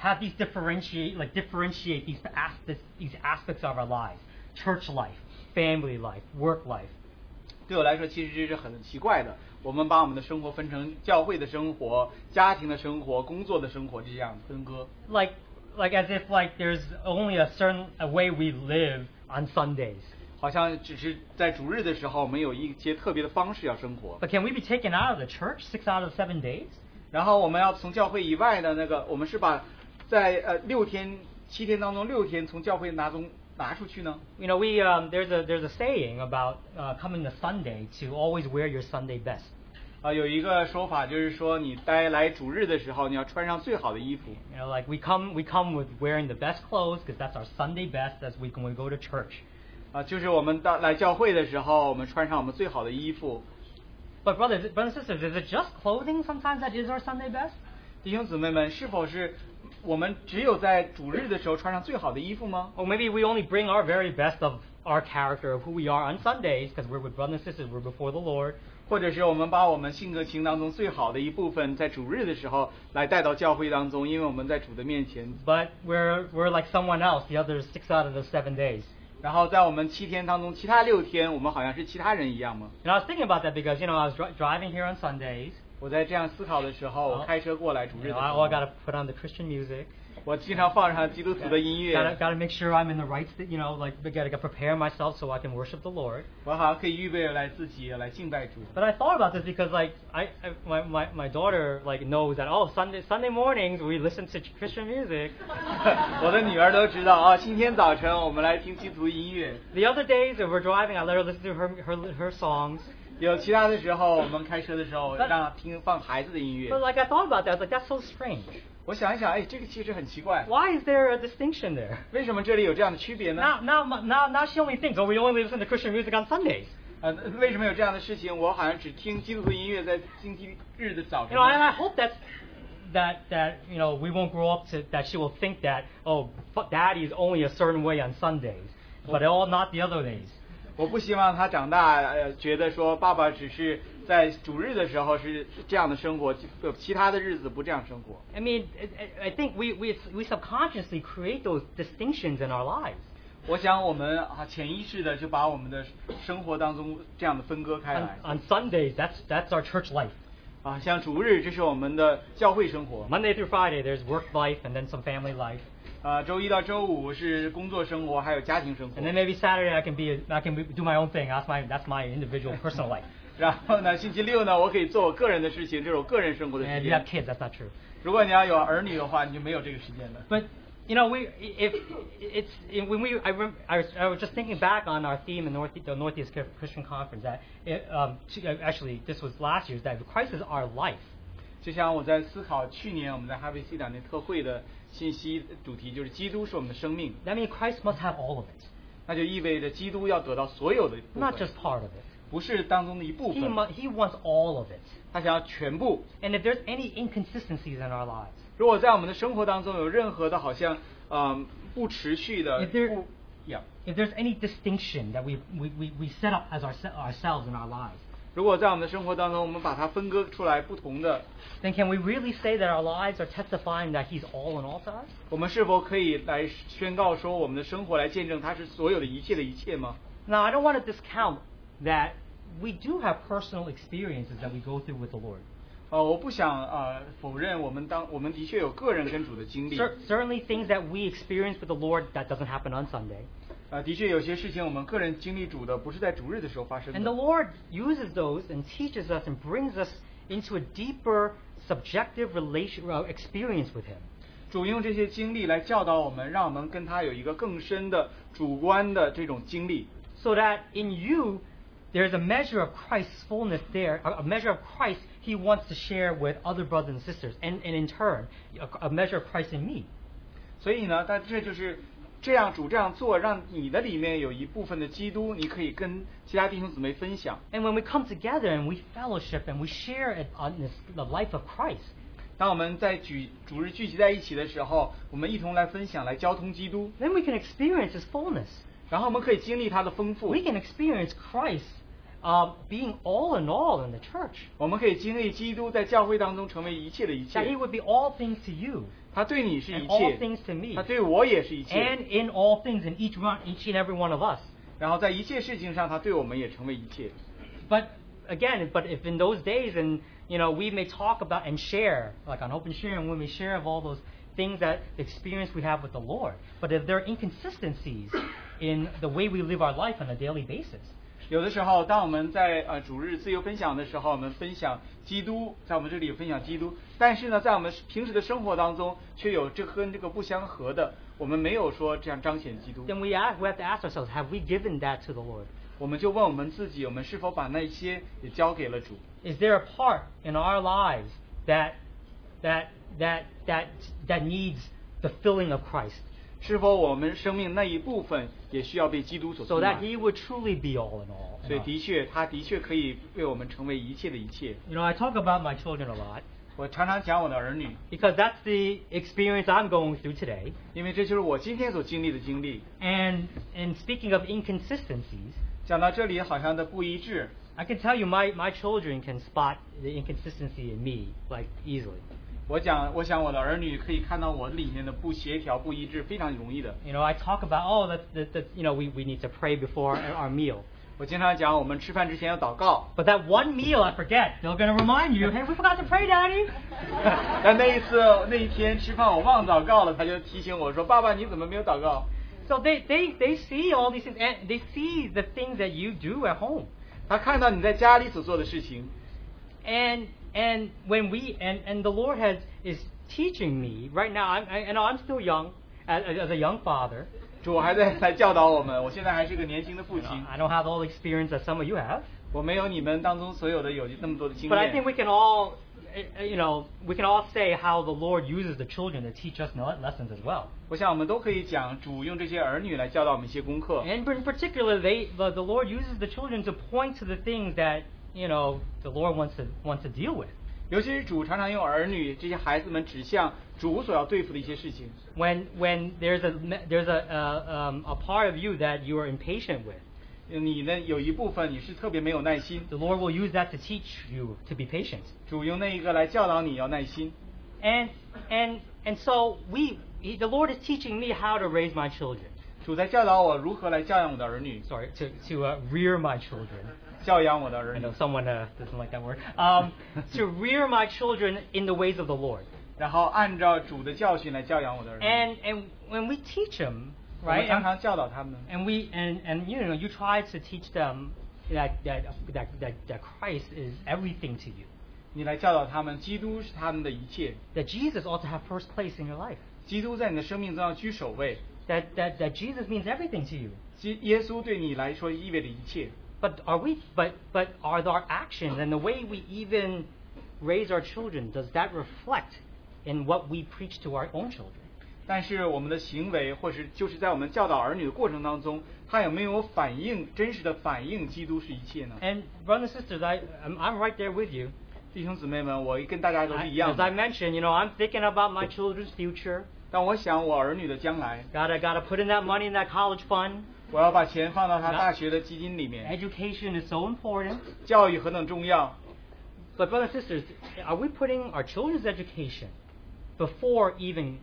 Speaker 2: have these differentiate, like differentiate these aspects, these aspects of our lives, church life, family life, work life.
Speaker 3: 对我来说其实这是很奇怪的。我们把我们的生活分成教会的生活、家庭的生活、工作的生活这样分割。
Speaker 2: like like as if like there's only a certain a way we live on Sundays.
Speaker 3: 好像只是在主日的时候，我们有一些特别的方式要生活。
Speaker 2: But can we be taken out of the church six out of the seven days?
Speaker 3: 然后我们要从教会以外的那个，我们是把在呃六天、七天当中六天从教会拿中拿出去呢？
Speaker 2: You know, we um, there's a there's a saying about uh, coming to Sunday to always wear your Sunday best.
Speaker 3: 啊、有一个说法就是说，你待来主日的时候，你要穿上最好的衣服。
Speaker 2: You know, like we come we come with wearing the best clothes because that's our Sunday best. That's we when we go to church.
Speaker 3: 啊、就是我们到来教会的时候，我们穿上我们最好的衣服。
Speaker 2: But brothers, brothers and sisters, is it just clothing sometimes that is our Sunday best?
Speaker 3: 弟兄姊妹们，是否是我们只有在主日的时候穿上最好的衣服吗？
Speaker 2: Or maybe we only bring our very best of our character of who we are on Sundays because we're with brothers and sisters, we're before the Lord.
Speaker 3: 或者是我们把我们性格情当中最好的一部分，在主日的时候来带到教会当中，因为我们在主的面前。
Speaker 2: But we're we're like someone else. The other six out of the seven days.
Speaker 3: 然后在我们七天当中，其他六天我们好像是其他人一样吗？
Speaker 2: And I was thinking about that because you know I was dri- driving here on Sundays.
Speaker 3: 我在这样思考的时候，
Speaker 2: 哦
Speaker 3: 我开车过来主
Speaker 2: You
Speaker 3: 日的
Speaker 2: know,
Speaker 3: 时
Speaker 2: I, oh,
Speaker 3: 候
Speaker 2: I，gotta put on the Christian music.
Speaker 3: 我经常放上基督徒的音
Speaker 2: Gotta
Speaker 3: 乐，
Speaker 2: gotta make sure I'm in the right. St- you know, like I gotta, gotta prepare myself so I can worship the Lord.
Speaker 3: 我好像可以预备来自己来敬拜主。
Speaker 2: But I thought about this because like I, I my, my my daughter like knows that oh Sunday Sunday mornings we listen to Christian music.
Speaker 3: 我的女儿都知道啊，今天早晨我们来听基督徒音乐。
Speaker 2: The other days that we're driving, I let her listen to her her her songs.
Speaker 3: 有其他的时候，我们开车的时候
Speaker 2: But-
Speaker 3: 让听放孩子的音乐
Speaker 2: But。like I thought about that, I was like that's so strange.
Speaker 3: 我想一想，哎，这个其实很奇怪，
Speaker 2: Why is there a distinction there?
Speaker 3: 为什么这里有这样的区别呢？
Speaker 2: Now, now, now, now she only thinks, oh, we only listen to Christian music on Sundays.
Speaker 3: 呃，为什么有这样的事情？我好像只听基督徒音乐在星期日的早
Speaker 2: You
Speaker 3: 晨
Speaker 2: know, and I hope that's that that you know we won't grow up to that she will think that oh, fu- daddy is only a certain way on Sundays, but all not the other days.
Speaker 3: 我不希望他长大，呃，觉得说爸爸只是在主日的时候是这样的生活，其其他的日子不这样生活。
Speaker 2: I mean, I- I, I think we, we we subconsciously create those distinctions in our lives
Speaker 3: 我想我们啊，潜意识的就把我们的生活当中这样的分割开
Speaker 2: on,
Speaker 3: 来
Speaker 2: on Sundays. That's that's our church life.
Speaker 3: 啊，像主日这是我们的教会生活，
Speaker 2: Monday through Friday, there's work life and then some family life,
Speaker 3: 啊，周一到周五是工作生活，还有家庭生活
Speaker 2: and。then maybe Saturday I can be a, I can be, do my own thing. That's my that's my individual personal life.
Speaker 3: 然后呢，星期六呢，我可以做我个人的事情，这是我个人生活的
Speaker 2: And if
Speaker 3: 时
Speaker 2: you have
Speaker 3: 间。
Speaker 2: kids, that's not true.
Speaker 3: 如果你要有儿女的话，你就没有这个时间了。
Speaker 2: But you know, we if it's when we I, rem, I, was, I was just thinking back on our theme in North, the Northeast Christian Conference that it, um, t- uh, actually this was last year's that Christ is our life.
Speaker 3: 就像我在思考去年我们在哈维西岛那特会的信息主题，就是基督是我们的生命，
Speaker 2: That means Christ must have all of it,
Speaker 3: 那就意味着基督要得到所有的部
Speaker 2: not
Speaker 3: 分
Speaker 2: just，part of it.
Speaker 3: 不是当中的一部
Speaker 2: He
Speaker 3: 分，
Speaker 2: mu- he wants all of it.
Speaker 3: 他想要全部。
Speaker 2: And if there's any inconsistencies in our lives,
Speaker 3: 如果在我们的生活当中有任何的好像嗯、呃不持续的
Speaker 2: If there-
Speaker 3: 不呀。
Speaker 2: If there's any distinction that we, we, we, we set up as ourse- ourselves in our lives,
Speaker 3: 如果在我们的生活当中，我们把它分割出来不同的，
Speaker 2: then can we really say that our lives are testifying that He's all in all to us?
Speaker 3: 我们是否可以来宣告说，我们的生活来见证它是所有的一切的一切吗？
Speaker 2: Now, I don't want to discount that we do have personal experiences that we go through with the Lord.
Speaker 3: 呃，我不想呃否认我们当我们的确有个人跟主的经历，
Speaker 2: Cer- certainly, things that we experience with the Lord that doesn't happen on Sunday.
Speaker 3: 呃，的确有些事情我们个人经历主的不是在主日的时候发生
Speaker 2: And the
Speaker 3: 的，
Speaker 2: Lord uses those and teaches us and brings us into a deeper subjective relation uh, experience with Him.
Speaker 3: 主用这些经历来教导我们，让我们跟他有一个更深的主观的这种经历，
Speaker 2: so that in you there's a measure of Christ's fullness there, a a measure of Christ he wants to share with other brothers and sisters, and, and in turn, a, a measure of Christ in me.
Speaker 3: 所以呢，但这就是这样主这样做，让你的里面有一部分的基督，你可以跟其他弟兄姊妹分享。
Speaker 2: And when we come together and we fellowship and we share it on this, the life of Christ,
Speaker 3: 当我们在举主日聚集在一起的时候，我们一同来分享，来交通基督，
Speaker 2: then we can experience his fullness.
Speaker 3: 然后我们可以经历它的丰富
Speaker 2: We，can experience Christ uh, being all in all in the church.
Speaker 3: 我们可以经历基督在教会当中成为一切的一
Speaker 2: That he
Speaker 3: 切。
Speaker 2: would be all things to you
Speaker 3: 他对你是一
Speaker 2: and all
Speaker 3: 切，
Speaker 2: things to me
Speaker 3: 他对我也是一
Speaker 2: and
Speaker 3: 切，
Speaker 2: in all things in each one, each and every one of us.
Speaker 3: 然后在一切事情上，他对我们也成为一切。
Speaker 2: But again, but if in those days, and you know, we may talk about and share, like on open sharing, we may share of all those things that the experience we have with the Lord. But if there are inconsistencies <coughs> in the way we live our life on a daily basis,
Speaker 3: 有的时候，当我们在呃主日自由分享的时候，我们分享基督，在我们这里有分享基督，但是呢，在我们平时的生活当中，却有这跟这个不相合的，我们没有说这样彰显基督，
Speaker 2: then we ask, we have to ask ourselves, have we given that to the Lord?
Speaker 3: 我们就问我们自己，我们是否把那些也交给了主？
Speaker 2: Is there a part in our lives that that that that that needs the filling of Christ,
Speaker 3: 是否我们生命那一部分也需要被基督所
Speaker 2: so
Speaker 3: 充
Speaker 2: that
Speaker 3: 满？
Speaker 2: He would truly be all in all? in
Speaker 3: 所以
Speaker 2: us?
Speaker 3: 的确，他的确可以为我们成为一切的一切。
Speaker 2: You know, I talk about my children a lot.
Speaker 3: 我常常讲我的儿女，
Speaker 2: because that's the experience I'm going through today.
Speaker 3: 因为这就是我今天所经历的经历。
Speaker 2: And and speaking of inconsistencies,
Speaker 3: 讲到这里，好像的不一致。
Speaker 2: I can tell you my, my children can spot the inconsistency in me like easily.
Speaker 3: 我讲，我想我的儿女可以看到我里面的不协调、不一致，非常容易的。
Speaker 2: You know, I talk about oh that's that, that you know we, we need to pray before our, our meal.
Speaker 3: 我经常讲，我们吃饭之前要祷告， <laughs>
Speaker 2: But that one meal I forget, they're gonna remind you, hey, we forgot to pray, Daddy.
Speaker 3: 但那一次那一天吃饭我忘祷告了，他就提醒我说：“爸爸，你怎么没有祷告
Speaker 2: So they, they, they see all these things and they see the things that you do at home.？”
Speaker 3: 他看到你在家里所做的事情，
Speaker 2: and and when we and and the Lord has is teaching me right now. I'm, I, you know, I'm still young as, as a young father.
Speaker 3: 主还在来教导我们。我现在还是个年轻的
Speaker 2: You
Speaker 3: 父
Speaker 2: know,
Speaker 3: 亲，
Speaker 2: I don't have all the experience that some of you have,
Speaker 3: 我没有你们当中所有的有那么多的经
Speaker 2: but I
Speaker 3: 验
Speaker 2: think。we can all, uh, you know, we can all say how the Lord uses the children to teach us le- lessons as well.
Speaker 3: 我想我们都可以讲，主用这些儿女来教导我们一些功课。
Speaker 2: And in particular, they the, the Lord uses the children to point to the things that you know the Lord wants to wants to deal with.
Speaker 3: 尤其是主常常用儿女这些孩子们指向主所要对付的一些事情。
Speaker 2: When when there's a me- there's a uh, um, a part of you that you are impatient with.
Speaker 3: 你呢，有一部分你是特别没有耐心，
Speaker 2: The Lord will use that to teach you to be patient.
Speaker 3: 主用那一个来教导你要耐心。
Speaker 2: And and and so we he- the Lord is teaching me how to raise my children.
Speaker 3: 主在教导我如何来教养我的儿女，
Speaker 2: Sorry, to to uh, rear my children.
Speaker 3: 教养我的儿
Speaker 2: I
Speaker 3: 女
Speaker 2: know，someone uh, doesn't like that word. Um, to rear my children in the ways of the Lord.
Speaker 3: 然后按照主的教训来教养我的儿女。
Speaker 2: And and when we teach them,
Speaker 3: 我们
Speaker 2: right?
Speaker 3: 常常
Speaker 2: And,
Speaker 3: 教导他们，
Speaker 2: and we and and you know you try to teach them that that that that, that Christ is everything to you.
Speaker 3: 你来教导他们，基督是他们的一切，
Speaker 2: That Jesus ought to have first place in your life.
Speaker 3: 基督在你的生命中要居首位，
Speaker 2: That that that Jesus means everything to you.
Speaker 3: 基耶稣对你来说意味着一切。
Speaker 2: But are we? But but are our actions and the way we even raise our children does that reflect in what we preach to our own children?
Speaker 3: 但是我们的行为，或是就是在我们教导儿女的过程当中，他有没有反映真实的反映基督是一切呢？
Speaker 2: And brothers and sisters, I I'm, I'm right there with you.
Speaker 3: 弟兄姊妹们，我跟大家都
Speaker 2: I,
Speaker 3: 是一样
Speaker 2: as I
Speaker 3: 的。
Speaker 2: 哎 mentioned, you know, I'm thinking about my children's future.
Speaker 3: 但我想我儿女的将来，
Speaker 2: God, I got to put in that money in that college fund.
Speaker 3: 我要把钱放到他大学的基金里
Speaker 2: 哎
Speaker 3: 面。
Speaker 2: Education is so important.
Speaker 3: 教育何等重要！
Speaker 2: But, brothers and sisters, are we putting our children's education before even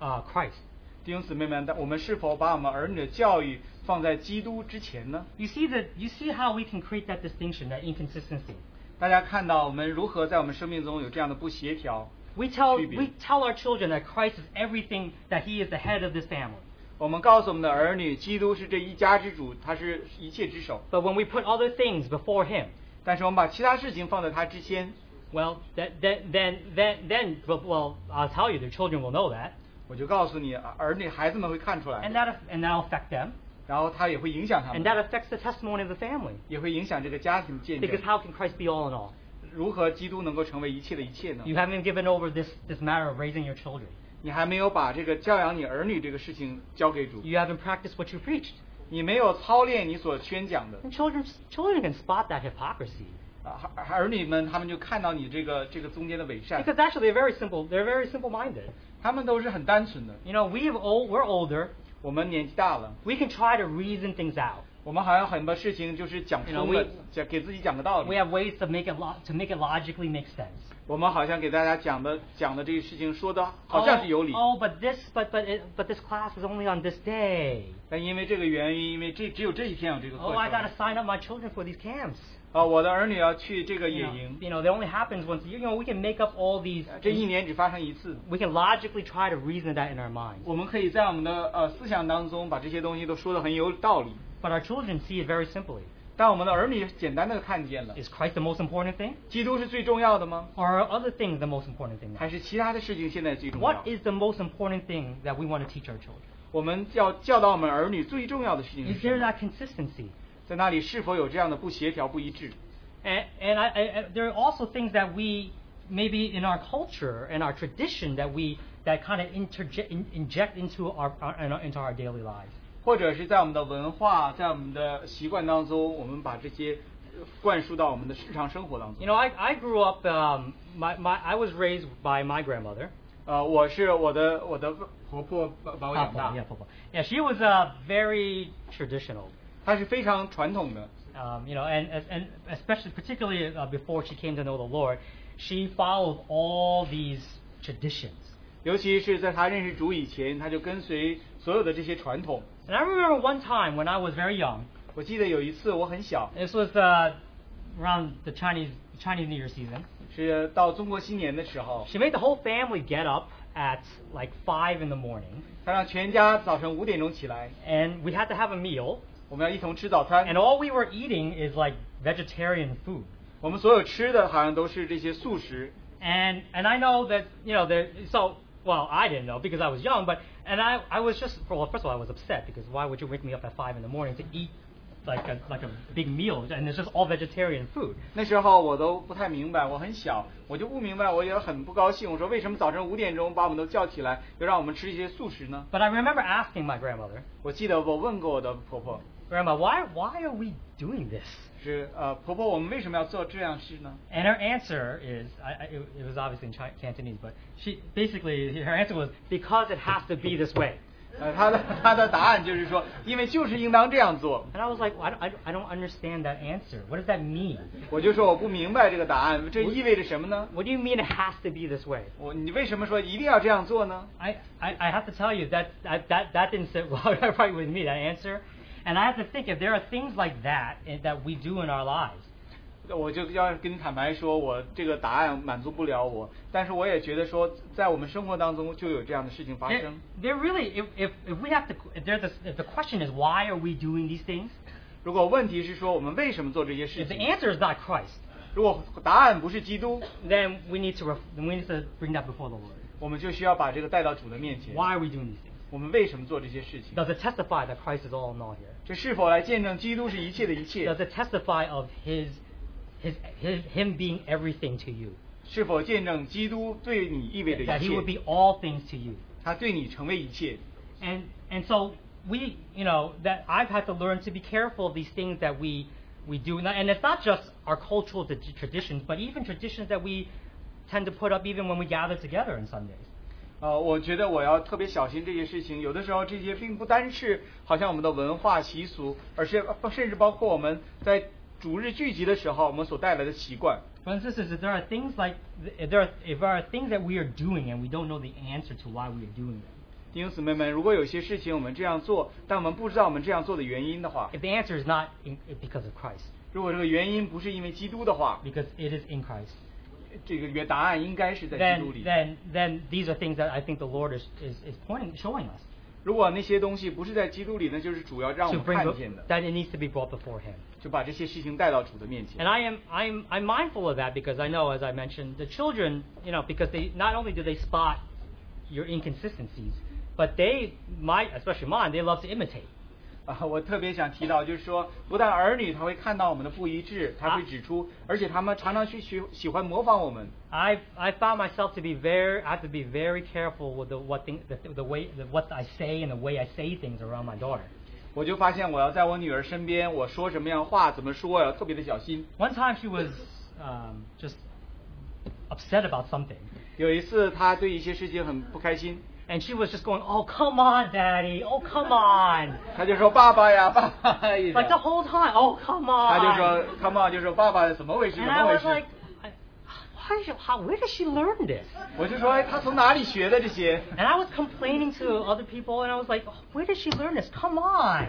Speaker 2: uh, Christ?
Speaker 3: 弟兄姊妹们，但我们是否把我们儿女的教育放在基督之前呢？
Speaker 2: You see, the, you see how we can create that distinction, that inconsistency.
Speaker 3: 大家看到我们如何在我们生命中有这样的不协调？
Speaker 2: We tell,
Speaker 3: 区别。
Speaker 2: we tell our children that Christ is everything, that He is the head of this family.
Speaker 3: 我们告诉我们的儿女，基督是这一家之主，他是一切之首。
Speaker 2: But when we put other things before Him,
Speaker 3: 但是我们把其他事情放在他之先，
Speaker 2: well, that, that, then, then, then, well, well, I'll tell you, the children will know that.
Speaker 3: 我就告诉你，啊儿女孩子们会看出
Speaker 2: And,
Speaker 3: 来，
Speaker 2: that, and that'll affect them.
Speaker 3: 然后他也会影响他
Speaker 2: And that
Speaker 3: 们，
Speaker 2: affects the testimony of the family.
Speaker 3: 也会影响这个家庭的见
Speaker 2: Because
Speaker 3: 证。
Speaker 2: how can Christ be all in all?
Speaker 3: 如何基督能够成为一切的一切呢？
Speaker 2: You haven't given over this, this matter of raising your children.
Speaker 3: 你还没有把这个教养你儿女这个事情交给主，
Speaker 2: You haven't practiced what you preached.
Speaker 3: 你没有操练你所宣讲的
Speaker 2: And children, children can spot that hypocrisy.
Speaker 3: 啊，儿儿女们他们就看到你这个这个中间的伪善，
Speaker 2: Because actually they're very simple. They're very simple-minded.
Speaker 3: 他们都是很单纯的。
Speaker 2: You know, we have old, we're older.
Speaker 3: 我们年纪大了，
Speaker 2: We can try to reason things out.
Speaker 3: 我们好像很多事情就是讲不通
Speaker 2: You know,
Speaker 3: 了
Speaker 2: we-，
Speaker 3: 讲给自己讲个道
Speaker 2: We
Speaker 3: 理。
Speaker 2: have ways to make it lo- to make it logically make sense.
Speaker 3: 我们好像给大家讲的讲的这个事情说
Speaker 2: 哦
Speaker 3: 的好像是有理，
Speaker 2: Oh, oh, but this, but but it, but this class is only on this day.
Speaker 3: 但因为这个原因，因为这只有这一天有这个课
Speaker 2: Oh, I gotta
Speaker 3: 程。
Speaker 2: sign up my children for these camps.
Speaker 3: 啊，我的儿女要去这个
Speaker 2: You
Speaker 3: 野
Speaker 2: know,
Speaker 3: 营，
Speaker 2: you know, that only happens once a year. You know, we can make up all these.
Speaker 3: 这一年只发生一次。
Speaker 2: We can logically try to reason that in our minds.
Speaker 3: 我们可以在我们的呃思想当中把这些东西都说的很有道理，
Speaker 2: But our children see it very simply.
Speaker 3: 但我们的儿女简单的看见了，
Speaker 2: Is Christ the most important thing,
Speaker 3: 基督是最重要的吗？
Speaker 2: or are other things the most important thing?
Speaker 3: 还是其他的事情现在最重要
Speaker 2: What？is the most important thing that we want to teach our children?
Speaker 3: 我们要教导我们儿女最重要的事情是
Speaker 2: Is
Speaker 3: 什
Speaker 2: there
Speaker 3: 么？
Speaker 2: that consistency?
Speaker 3: 在那里是否有这样的不协调、不一致？
Speaker 2: And, and I, I, I- there are also things that we maybe in our culture and our tradition that we that kind of interject in, inject into our, our in our- into our daily lives.
Speaker 3: 或者是在我们的文化、在我们的习惯当中，我们把这些呃灌输到我们的日常生活当
Speaker 2: You
Speaker 3: 中。
Speaker 2: know, I, I grew up. Um, my, my I was raised by my grandmother.
Speaker 3: 呃，我是我的我的婆啊婆把把我养
Speaker 2: Papa,
Speaker 3: 大
Speaker 2: Oh, yeah,，Papa. yeah, she was uh, very traditional.
Speaker 3: 她是非常传统的。
Speaker 2: Um, you know, and and especially particularly uh, before she came to know the Lord, she followed all these traditions.
Speaker 3: 尤其是在她认识主以前，她就跟随所有的这些传统。
Speaker 2: And I remember one time when I was very young.
Speaker 3: 我记得有一次我很小，
Speaker 2: This was uh, around the Chinese Chinese New Year season.
Speaker 3: 是到中国新年的时候，
Speaker 2: She made the whole family get up at like five in the morning,
Speaker 3: 她让全家早晨五点钟起来，
Speaker 2: and we had to have a meal.
Speaker 3: 我们要一同吃早餐
Speaker 2: And。all we were eating is like vegetarian food.
Speaker 3: 我们所有吃的好像都是这些素食。
Speaker 2: And and I know that you know there. So well, I didn't know because I was young, but and I I was just well. First of all, I was upset because why would you wake me up at five in the morning to eat like a like a big meal and it's just all vegetarian food.
Speaker 3: 那时候我都不太明白，我很小，我就不明白，我也很不高兴。我说为什么早晨五点钟把我们都叫起来，又让我们吃一些素食呢？
Speaker 2: But I remember asking my grandmother,
Speaker 3: 我记得我问过我的婆婆，
Speaker 2: Grandma, why why are we doing this?
Speaker 3: 是呃，婆婆，我们为什么要做这样事呢？
Speaker 2: And her answer is, I, I, it, it was obviously in Chi- Cantonese, but she basically her answer was because it has to be this way.
Speaker 3: 呃，她的她的答案就是说，因为就是应当这样做。
Speaker 2: And I was like, well, I, don't, I don't- I don't understand that answer. What does that mean?
Speaker 3: 我就说我不明白这个答案，这意味着什么呢？
Speaker 2: What do you mean it has to be this way?
Speaker 3: 我你为什么说一定要这样做呢？
Speaker 2: I, I, I have to tell you that that, that that didn't sit <laughs> well right with me that answer, and I have to think if there are things like that eh, that we do in our lives.
Speaker 3: 我就要跟你坦白说，我这个答案满足不了我，但是我也觉得说，在我们生活当中就有这样的事情发
Speaker 2: There,
Speaker 3: 生。
Speaker 2: there really, if, if, if we have to, if, there's a, if the question is why are we doing these things,
Speaker 3: 如果问题是说我们为什么做这些事
Speaker 2: if the
Speaker 3: 情，
Speaker 2: answer is not Christ,
Speaker 3: 如果答案不是基督，
Speaker 2: then we need to ref- then we need to bring that before the Lord.
Speaker 3: 我们就需要把这个带到主的面前。
Speaker 2: Why are we doing these things?
Speaker 3: 我们为什么做这些事情？
Speaker 2: Does it testify that Christ is all in all here?
Speaker 3: 这是否来见证基督是一切的一切
Speaker 2: Does？it testify of His, His, His Him being everything to you?
Speaker 3: 是否见证基督对你意味着
Speaker 2: That He
Speaker 3: 一切
Speaker 2: would？be all things to you.
Speaker 3: 他对你成为一切。
Speaker 2: And and so we, you know, that I've had to learn to be careful of these things that we we do, and it's not just our cultural t- traditions, but even traditions that we tend to put up even when we gather together on Sundays.
Speaker 3: 呃，我觉得我要特别小心这些事情。有的时候，这些并不单是好像我们的文化习俗，而是甚至包括我们在主日聚集的时候，我们所带来的习惯。
Speaker 2: Brothers and sisters, if there are things like if there are, if there are things that we are doing and we don't know the answer to why we are doing them,
Speaker 3: 弟兄姊妹们，如果有些事情我们这样做，但我们不知道我们这样做的原因的话，
Speaker 2: if the answer is not in, because of Christ,
Speaker 3: 如果这个原因不是因为基督的话，
Speaker 2: because it is in Christ,
Speaker 3: 这个原答案应该是在基督
Speaker 2: then
Speaker 3: 里。
Speaker 2: then then these are things that I think the Lord is is, is pointing showing us
Speaker 3: 如果那些东西不是在基督里，那就是主要让我
Speaker 2: to
Speaker 3: 们
Speaker 2: bring
Speaker 3: 看
Speaker 2: the-
Speaker 3: 见的，
Speaker 2: that it needs to be brought before Him.
Speaker 3: 就把这些事情带到主的面前
Speaker 2: And。I am I'm I'm mindful of that because I know, as I mentioned, the children, you know, because they not only do they spot your inconsistencies, but they my especially mine, they love to imitate.
Speaker 3: 啊，我特别想提到，就是说，不但儿女他会看到我们的不一致，他会指出，而且他们常常去学喜欢模仿我们。
Speaker 2: I've I found myself to be very I have to be very careful with the what thing the, the way the, what I say and the way I say things around my daughter.
Speaker 3: 我就发现，我要在我女儿身边，我说什么样话，怎么说，要特别的小心。
Speaker 2: One time she was um, just upset about something,
Speaker 3: 有一次，她对一些事情很不开心，
Speaker 2: and she was just going, "Oh come on, daddy! Oh come on!"
Speaker 3: 她就说：“爸爸呀，爸爸呀。一直”
Speaker 2: Like the whole time, "Oh come
Speaker 3: 她
Speaker 2: on!"
Speaker 3: 就说：“Come on，就说爸爸怎么回事？怎
Speaker 2: And I
Speaker 3: 么回
Speaker 2: was
Speaker 3: 事
Speaker 2: like, I- why is she, how, where did she learn this?？”
Speaker 3: 我就说：“哎，她从哪里学的这些？” <laughs>
Speaker 2: And I was complaining to other people, and I was like, "Oh, where did she learn this? Come on.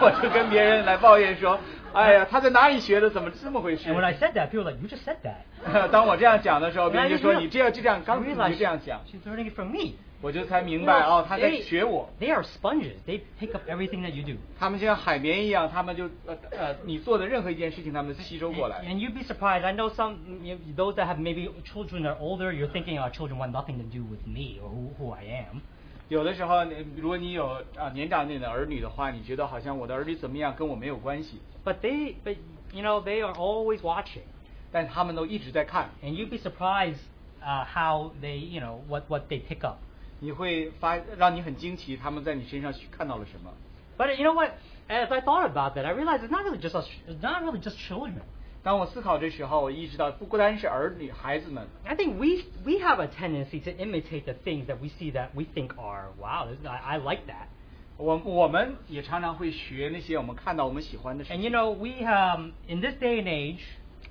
Speaker 3: 我就跟别人来抱怨说：“哎呀，她在哪里学的？怎么这么回事
Speaker 2: And when I said that, people were like, you just said that. ？”
Speaker 3: <laughs> 当我这样讲的时候，别
Speaker 2: And I
Speaker 3: 人就
Speaker 2: Oh, just
Speaker 3: 说：“你这样就这样，刚
Speaker 2: realized-
Speaker 3: 才你就这样
Speaker 2: <laughs>
Speaker 3: 讲。”
Speaker 2: She's learning it from me.
Speaker 3: 我就才
Speaker 2: You
Speaker 3: 明
Speaker 2: know,
Speaker 3: 白哦，他在
Speaker 2: they-
Speaker 3: 学我。
Speaker 2: They are sponges. They pick up everything that you do.
Speaker 3: 他们像海绵一样，他们就呃呃，你做的任何一件事情，他们吸收
Speaker 2: And,
Speaker 3: 过来。
Speaker 2: and you'd be surprised. I know some you know, those that have maybe children are older. You're thinking our children want nothing to do with me or who, who I am.
Speaker 3: 有的时候，你如果你有啊、年长点的儿女的话，你觉得好像我的儿女怎么样跟我没有关系，
Speaker 2: But they, but you know, they are always watching.
Speaker 3: 但他们都一直在看。
Speaker 2: and you'd be surprised uh, how they, you know, what, what they pick up.
Speaker 3: 你会发让你很惊奇，他们在你身上去看到了什么。
Speaker 2: But you know what? As I thought about that, I realized it's not really just us, it's not really just children.
Speaker 3: 当我思考这时候，我意识到不孤单是儿女孩子们，
Speaker 2: I think we we have a tendency to imitate the things that we see that we think are wow, this, I, I like that.
Speaker 3: 我我们也常常会学那些我们看到我们喜欢的事
Speaker 2: And you
Speaker 3: 情。
Speaker 2: know, we um, in this day and age,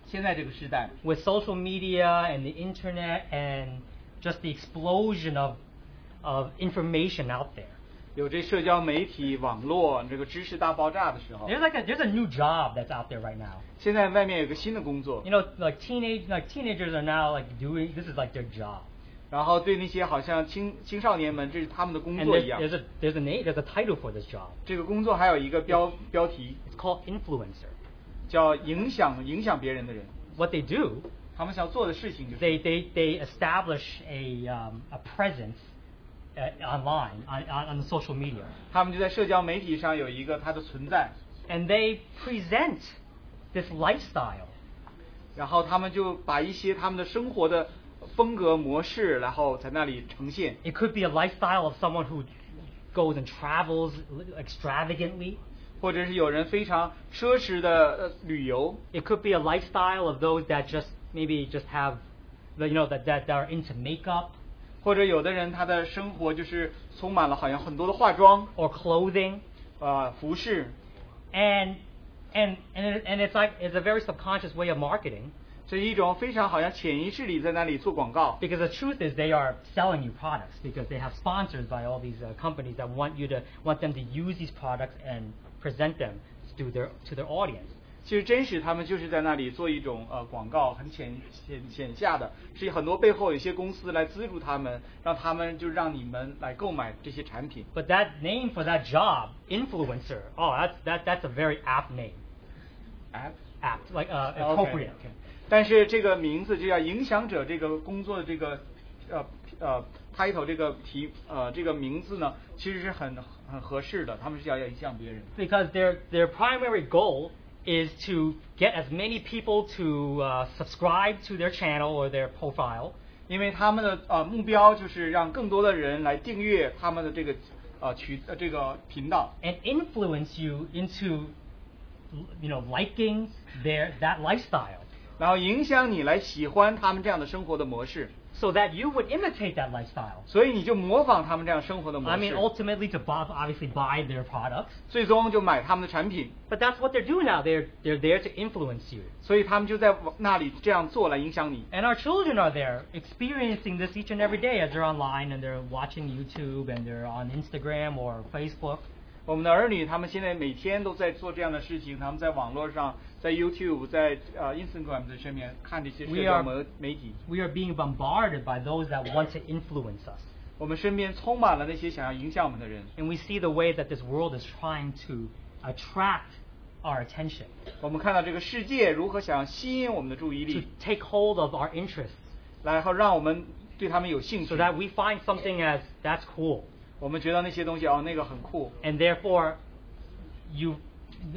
Speaker 3: 现在这个时代，
Speaker 2: with social media and the internet and just the explosion of of information out there,
Speaker 3: 有这社交媒体、网络这个知识大爆炸的时候，
Speaker 2: there's like a, there's a new job that's out there right now.
Speaker 3: 现在外面有个新的工作
Speaker 2: You，know, like teenage like teenagers are now like doing this is like their job.
Speaker 3: 然后对那些好像青青少年们，这是他们的工
Speaker 2: And
Speaker 3: 作
Speaker 2: there's,
Speaker 3: 一样。
Speaker 2: there's a there's a na- there's a title for this job.
Speaker 3: 这个工作还有一个标标题
Speaker 2: It's called influencer.
Speaker 3: 叫影响影响别人的人，
Speaker 2: What they do,
Speaker 3: 他们想做的事情就是
Speaker 2: they they, they establish a um, a presence uh, online on, on, on the social media,
Speaker 3: 他们就在社交媒体上有一个它的存在，
Speaker 2: and they present this lifestyle.
Speaker 3: 然后他们就把一些他们的生活的风格模式，然后在那里呈现。
Speaker 2: It could be a lifestyle of someone who goes and travels extravagantly.
Speaker 3: 或者是有人非常奢侈的呃旅游，
Speaker 2: It could be a lifestyle of those that just maybe just have, you know, that that, that are into makeup
Speaker 3: 或者有的人他的生活就是充满了好像很多的化妆
Speaker 2: or clothing.
Speaker 3: 啊、呃服饰，
Speaker 2: and and and, it, and it's like it's a very subconscious way of marketing
Speaker 3: 这是一种非常好像潜意识里在那里做广告。
Speaker 2: because the truth is they are selling you products because they have sponsors by all these uh, companies that want you to want them to use these products and present them to their to their audience
Speaker 3: 其实真实他们就是在那里做一种呃广告，很浅浅浅下的，是很多背后有一些公司来资助他们，让他们就让你们来购买这些产品。
Speaker 2: but that name for that job influencer oh that's that that's a very apt name
Speaker 3: App
Speaker 2: apt like uh,
Speaker 3: OK
Speaker 2: appropriate
Speaker 3: 但是这个名字就叫影响者这个工作的这个呃呃 title 这个题呃这个名字呢，其实是很很合适的，他们是要要影响别人。
Speaker 2: because their their primary goal is to get as many people to uh, subscribe to their channel or their profile
Speaker 3: 因为他们的呃目标就是让更多的人来订阅他们的这个呃渠呃这个频道，
Speaker 2: and influence you into you know liking their that lifestyle
Speaker 3: 然后影响你来喜欢他们这样的生活的模式。
Speaker 2: so that you would imitate that lifestyle.
Speaker 3: 所以你就模仿他们这样生活的模
Speaker 2: I mean,
Speaker 3: 式，
Speaker 2: ultimately to buy, obviously buy their products,
Speaker 3: 最终就买他们的产品，
Speaker 2: but that's what they're doing now. They're they're there to influence you.
Speaker 3: 所以他们就在往那里这样做来影响你。
Speaker 2: And our children are there experiencing this each and every day as they're online and they're watching YouTube and they're on Instagram or Facebook.
Speaker 3: 我们的儿女他们现在每天都在做这样的事情，他们在网络上，在 YouTube，在呃 Instagram 的上面看这些社
Speaker 2: We
Speaker 3: 交
Speaker 2: are-
Speaker 3: 媒媒体。
Speaker 2: We are being bombarded by those that want to influence us.
Speaker 3: 我们身边充满了那些想要影响我们的人，
Speaker 2: And we see the way that this world is trying to attract our attention,
Speaker 3: 我们看到这个世界如何想要吸引我们的注意
Speaker 2: to
Speaker 3: 力，
Speaker 2: take hold of our interests
Speaker 3: 然后让我们对他们有兴
Speaker 2: so
Speaker 3: 趣。
Speaker 2: that we find something as that's cool.
Speaker 3: 我们觉得那些东西哦，那个很酷，
Speaker 2: And therefore, you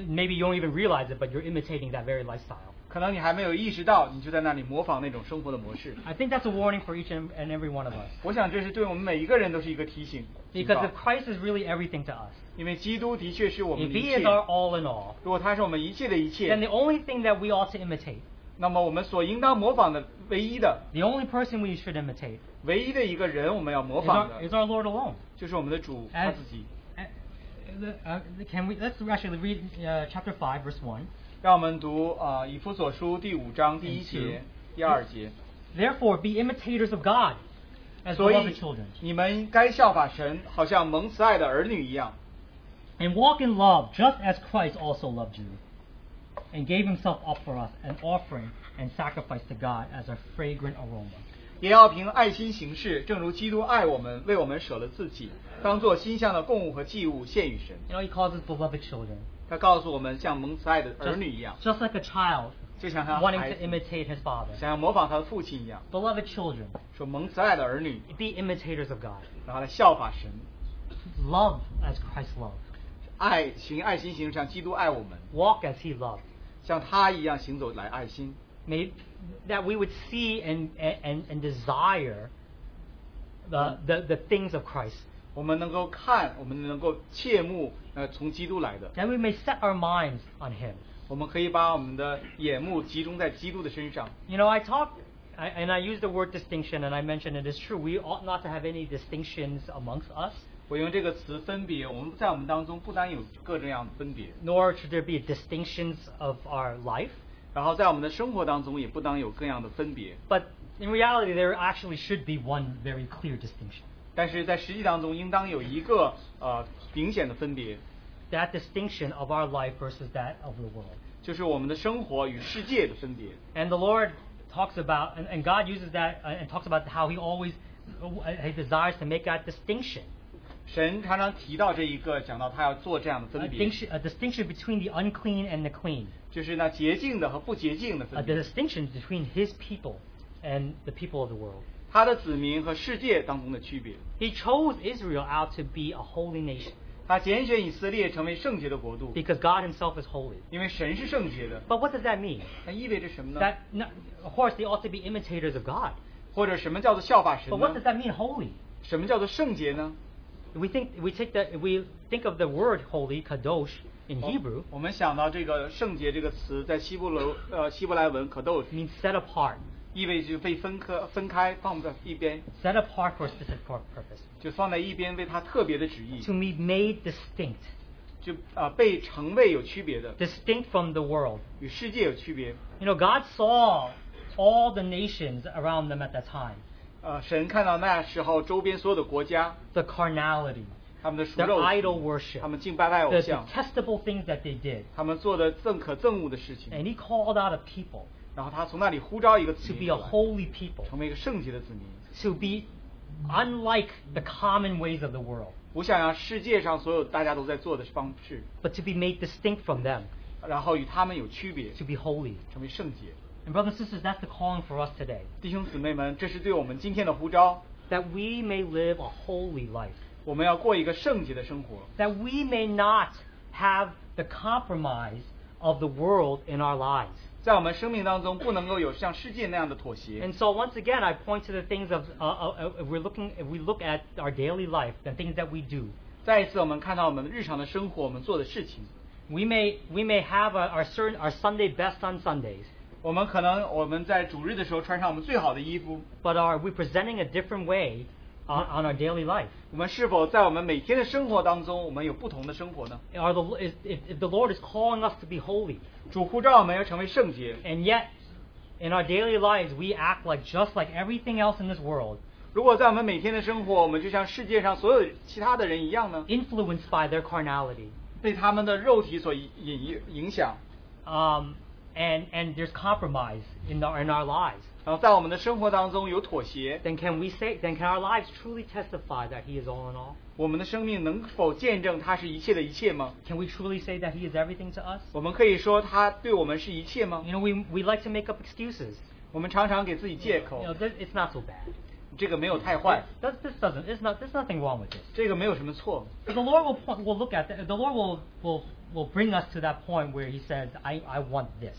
Speaker 2: maybe you don't even realize it, but you're imitating that very lifestyle.
Speaker 3: 可能你还没有意识到，你就在那里模仿那种生活的模式。
Speaker 2: I think that's a warning for each and and every one of us.
Speaker 3: 我想这是对我们每一个人都是一个提醒，警
Speaker 2: Because
Speaker 3: 告
Speaker 2: if Christ is really everything to us,
Speaker 3: 因为基督的确是我们
Speaker 2: if
Speaker 3: 的一
Speaker 2: He
Speaker 3: 切
Speaker 2: is。our all in all,
Speaker 3: 如果他是我们一切的一
Speaker 2: then
Speaker 3: 切
Speaker 2: the，only thing that we ought to imitate,
Speaker 3: 那么我们所应当模仿的唯一的、
Speaker 2: the only person we should imitate,
Speaker 3: 唯一的一个人，我们要模
Speaker 2: is
Speaker 3: 仿
Speaker 2: our,
Speaker 3: 的
Speaker 2: is，our Lord alone.
Speaker 3: 就是我们的主他
Speaker 2: As,
Speaker 3: 自己。
Speaker 2: uh, uh, can we? Let's actually read uh, chapter five, verse one.
Speaker 3: 让我们读啊、呃以弗所书第五章第一节、第二节。
Speaker 2: Therefore, be imitators of God, as
Speaker 3: 所
Speaker 2: beloved
Speaker 3: 以
Speaker 2: children,
Speaker 3: 你们该效法神，好像蒙慈爱的儿女一样，
Speaker 2: and walk in love, just as Christ also loved you, and gave Himself up for us, an offering and sacrifice to God as a fragrant aroma.
Speaker 3: 也要凭爱心行事，正如基督爱我们，为我们舍了自己，当做馨香的供物和祭物献与神。
Speaker 2: You know, He calls us beloved children,
Speaker 3: 他告诉我们，像蒙慈爱的儿
Speaker 2: just,
Speaker 3: 女一样，
Speaker 2: just like a child
Speaker 3: 就像他
Speaker 2: wanting
Speaker 3: 孩
Speaker 2: to
Speaker 3: 子
Speaker 2: imitate his father.
Speaker 3: 想要模仿他的父亲一样，
Speaker 2: Beloved children,
Speaker 3: 说蒙慈爱的儿女，
Speaker 2: be imitators of God.
Speaker 3: 然后来效法神，
Speaker 2: Love as Christ loved.
Speaker 3: 爱行爱心行，像基督爱我们，
Speaker 2: Walk as He loved.
Speaker 3: 像他一样行走来爱心，
Speaker 2: May, that we would see and, and, and desire the, the, the things of Christ.
Speaker 3: 我们能够看，我们能够切慕，呃，从基督来的，
Speaker 2: That we may set our minds on Him.
Speaker 3: 我们可以把我们的眼目集中在基督的身上。
Speaker 2: You know, I talk, I, and I use the word distinction, and I mentioned it is true. We ought not to have any distinctions amongst us,
Speaker 3: 我用这个词分别，我们在我们当中不单有各种样的分别，
Speaker 2: nor should there be distinctions of our life.
Speaker 3: 然后在我们的生活当中也不当有各样的分别，
Speaker 2: But in reality, there actually should be one very clear distinction.
Speaker 3: 但是在实际当中应当有一个呃明显的分别，
Speaker 2: That distinction of our life versus that of the world.
Speaker 3: 就是我们的生活与世界的分别。
Speaker 2: And the Lord talks about, and, and God uses that uh, and talks about how He always uh, He desires to make that distinction.
Speaker 3: 神常常提到这一个，讲到他要做这样的
Speaker 2: A
Speaker 3: 分别，
Speaker 2: distinction, a distinction between the unclean and the clean.
Speaker 3: 就是那洁净的和不洁净的
Speaker 2: A
Speaker 3: 分别。
Speaker 2: distinction between His people and the people of the world.
Speaker 3: 他的子民和世界当中的区别。
Speaker 2: He chose Israel out to be a holy nation
Speaker 3: 他拣选以色列成为圣洁的国度，
Speaker 2: because God Himself is holy.
Speaker 3: 因为神是圣洁的。
Speaker 2: But what does that mean?
Speaker 3: 那意味着什么呢？
Speaker 2: That, no, of course, they ought to be imitators of God.
Speaker 3: 或者什么叫做效法神
Speaker 2: But what does
Speaker 3: 呢？
Speaker 2: that mean, holy?
Speaker 3: 什么叫做圣洁呢？
Speaker 2: We think we take that we think of the word holy, kadosh, in
Speaker 3: 我
Speaker 2: Hebrew
Speaker 3: 哦我们想到这个“圣洁”这个词，在希伯来呃希伯来文可都
Speaker 2: means set apart.
Speaker 3: 意味着被分科分开放在一边，
Speaker 2: set apart for a specific pur- purpose,
Speaker 3: 就放在一边为他特别的旨意，
Speaker 2: to be made distinct,
Speaker 3: 就啊、呃被成为有区别的，
Speaker 2: distinct from the world.
Speaker 3: 与世界有区别。
Speaker 2: You know, God saw all the nations around them at that time,
Speaker 3: 呃，神看到那时候周边所有的国家，
Speaker 2: the carnality,
Speaker 3: 他们的属
Speaker 2: their
Speaker 3: 肉
Speaker 2: idol
Speaker 3: 体，
Speaker 2: worship,
Speaker 3: 他们敬拜拜偶
Speaker 2: the
Speaker 3: 像，
Speaker 2: detestable things that they did,
Speaker 3: 他们做的憎可憎恶的事情，
Speaker 2: and He called out a people
Speaker 3: 然后他从那里呼召一个子
Speaker 2: to
Speaker 3: 民
Speaker 2: be a
Speaker 3: 出
Speaker 2: holy
Speaker 3: 来，成
Speaker 2: people,
Speaker 3: 为一个圣洁的子民，
Speaker 2: to be unlike the common ways of the world,
Speaker 3: 不想让世界上所有大家都在做的方式，
Speaker 2: but to be made distinct from them,
Speaker 3: 然后与他们有区别，
Speaker 2: to be holy.
Speaker 3: 成为圣洁。
Speaker 2: And brothers and sisters, that's the calling for us today,
Speaker 3: 弟兄姊妹们，这是对我们今天的呼召，
Speaker 2: that we may live a holy life.
Speaker 3: 我们要过一个圣洁的生活，
Speaker 2: that we may not have the compromise of the world in our lives.
Speaker 3: 在我们生命当中不能够有像世界那样的妥协
Speaker 2: And。so once again, I point to the things of uh, uh, uh, if we're looking if we look at our daily life, the things that we do.
Speaker 3: 再一次，我们看到我们日常的生活，我们做的事情，
Speaker 2: We may we may have uh our certain our Sunday best on Sundays,
Speaker 3: 我们可能我们在主日的时候穿上我们最好的衣服，
Speaker 2: But are we presenting a different way on, on our daily life?
Speaker 3: 我们是否在我们每天的生活当中，我们有不同的生活呢？
Speaker 2: Are the, is, if, if the Lord is calling us to be holy,
Speaker 3: 主呼召我们要成为圣洁。
Speaker 2: and yet in our daily lives we act like just like everything else in this world,
Speaker 3: 如果在我们每天的生活，我们就像世界上所有其他的人一样呢，
Speaker 2: influenced by their carnality,
Speaker 3: 被他们的肉体所引引影响，
Speaker 2: um, and and there's compromise in our in our lives,
Speaker 3: 然后在我们的生活当中有妥协，
Speaker 2: then can we say? Then can our lives truly testify that He is all in all?
Speaker 3: 我们的生命能否见证他是一切的一切吗？
Speaker 2: Can we truly say that He is everything to us?
Speaker 3: 我们可以说他对我们是一切吗
Speaker 2: You？know, we we like to make up excuses.
Speaker 3: 我们常常给自己借
Speaker 2: You
Speaker 3: 口
Speaker 2: know,，this, it's not so bad.
Speaker 3: 这个没有太坏，
Speaker 2: This, this doesn't. It's not. There's nothing wrong with this.
Speaker 3: 这个没有什么错。
Speaker 2: But the Lord will point, will look at that. The Lord will will will bring us to that point where He says, "I I want this."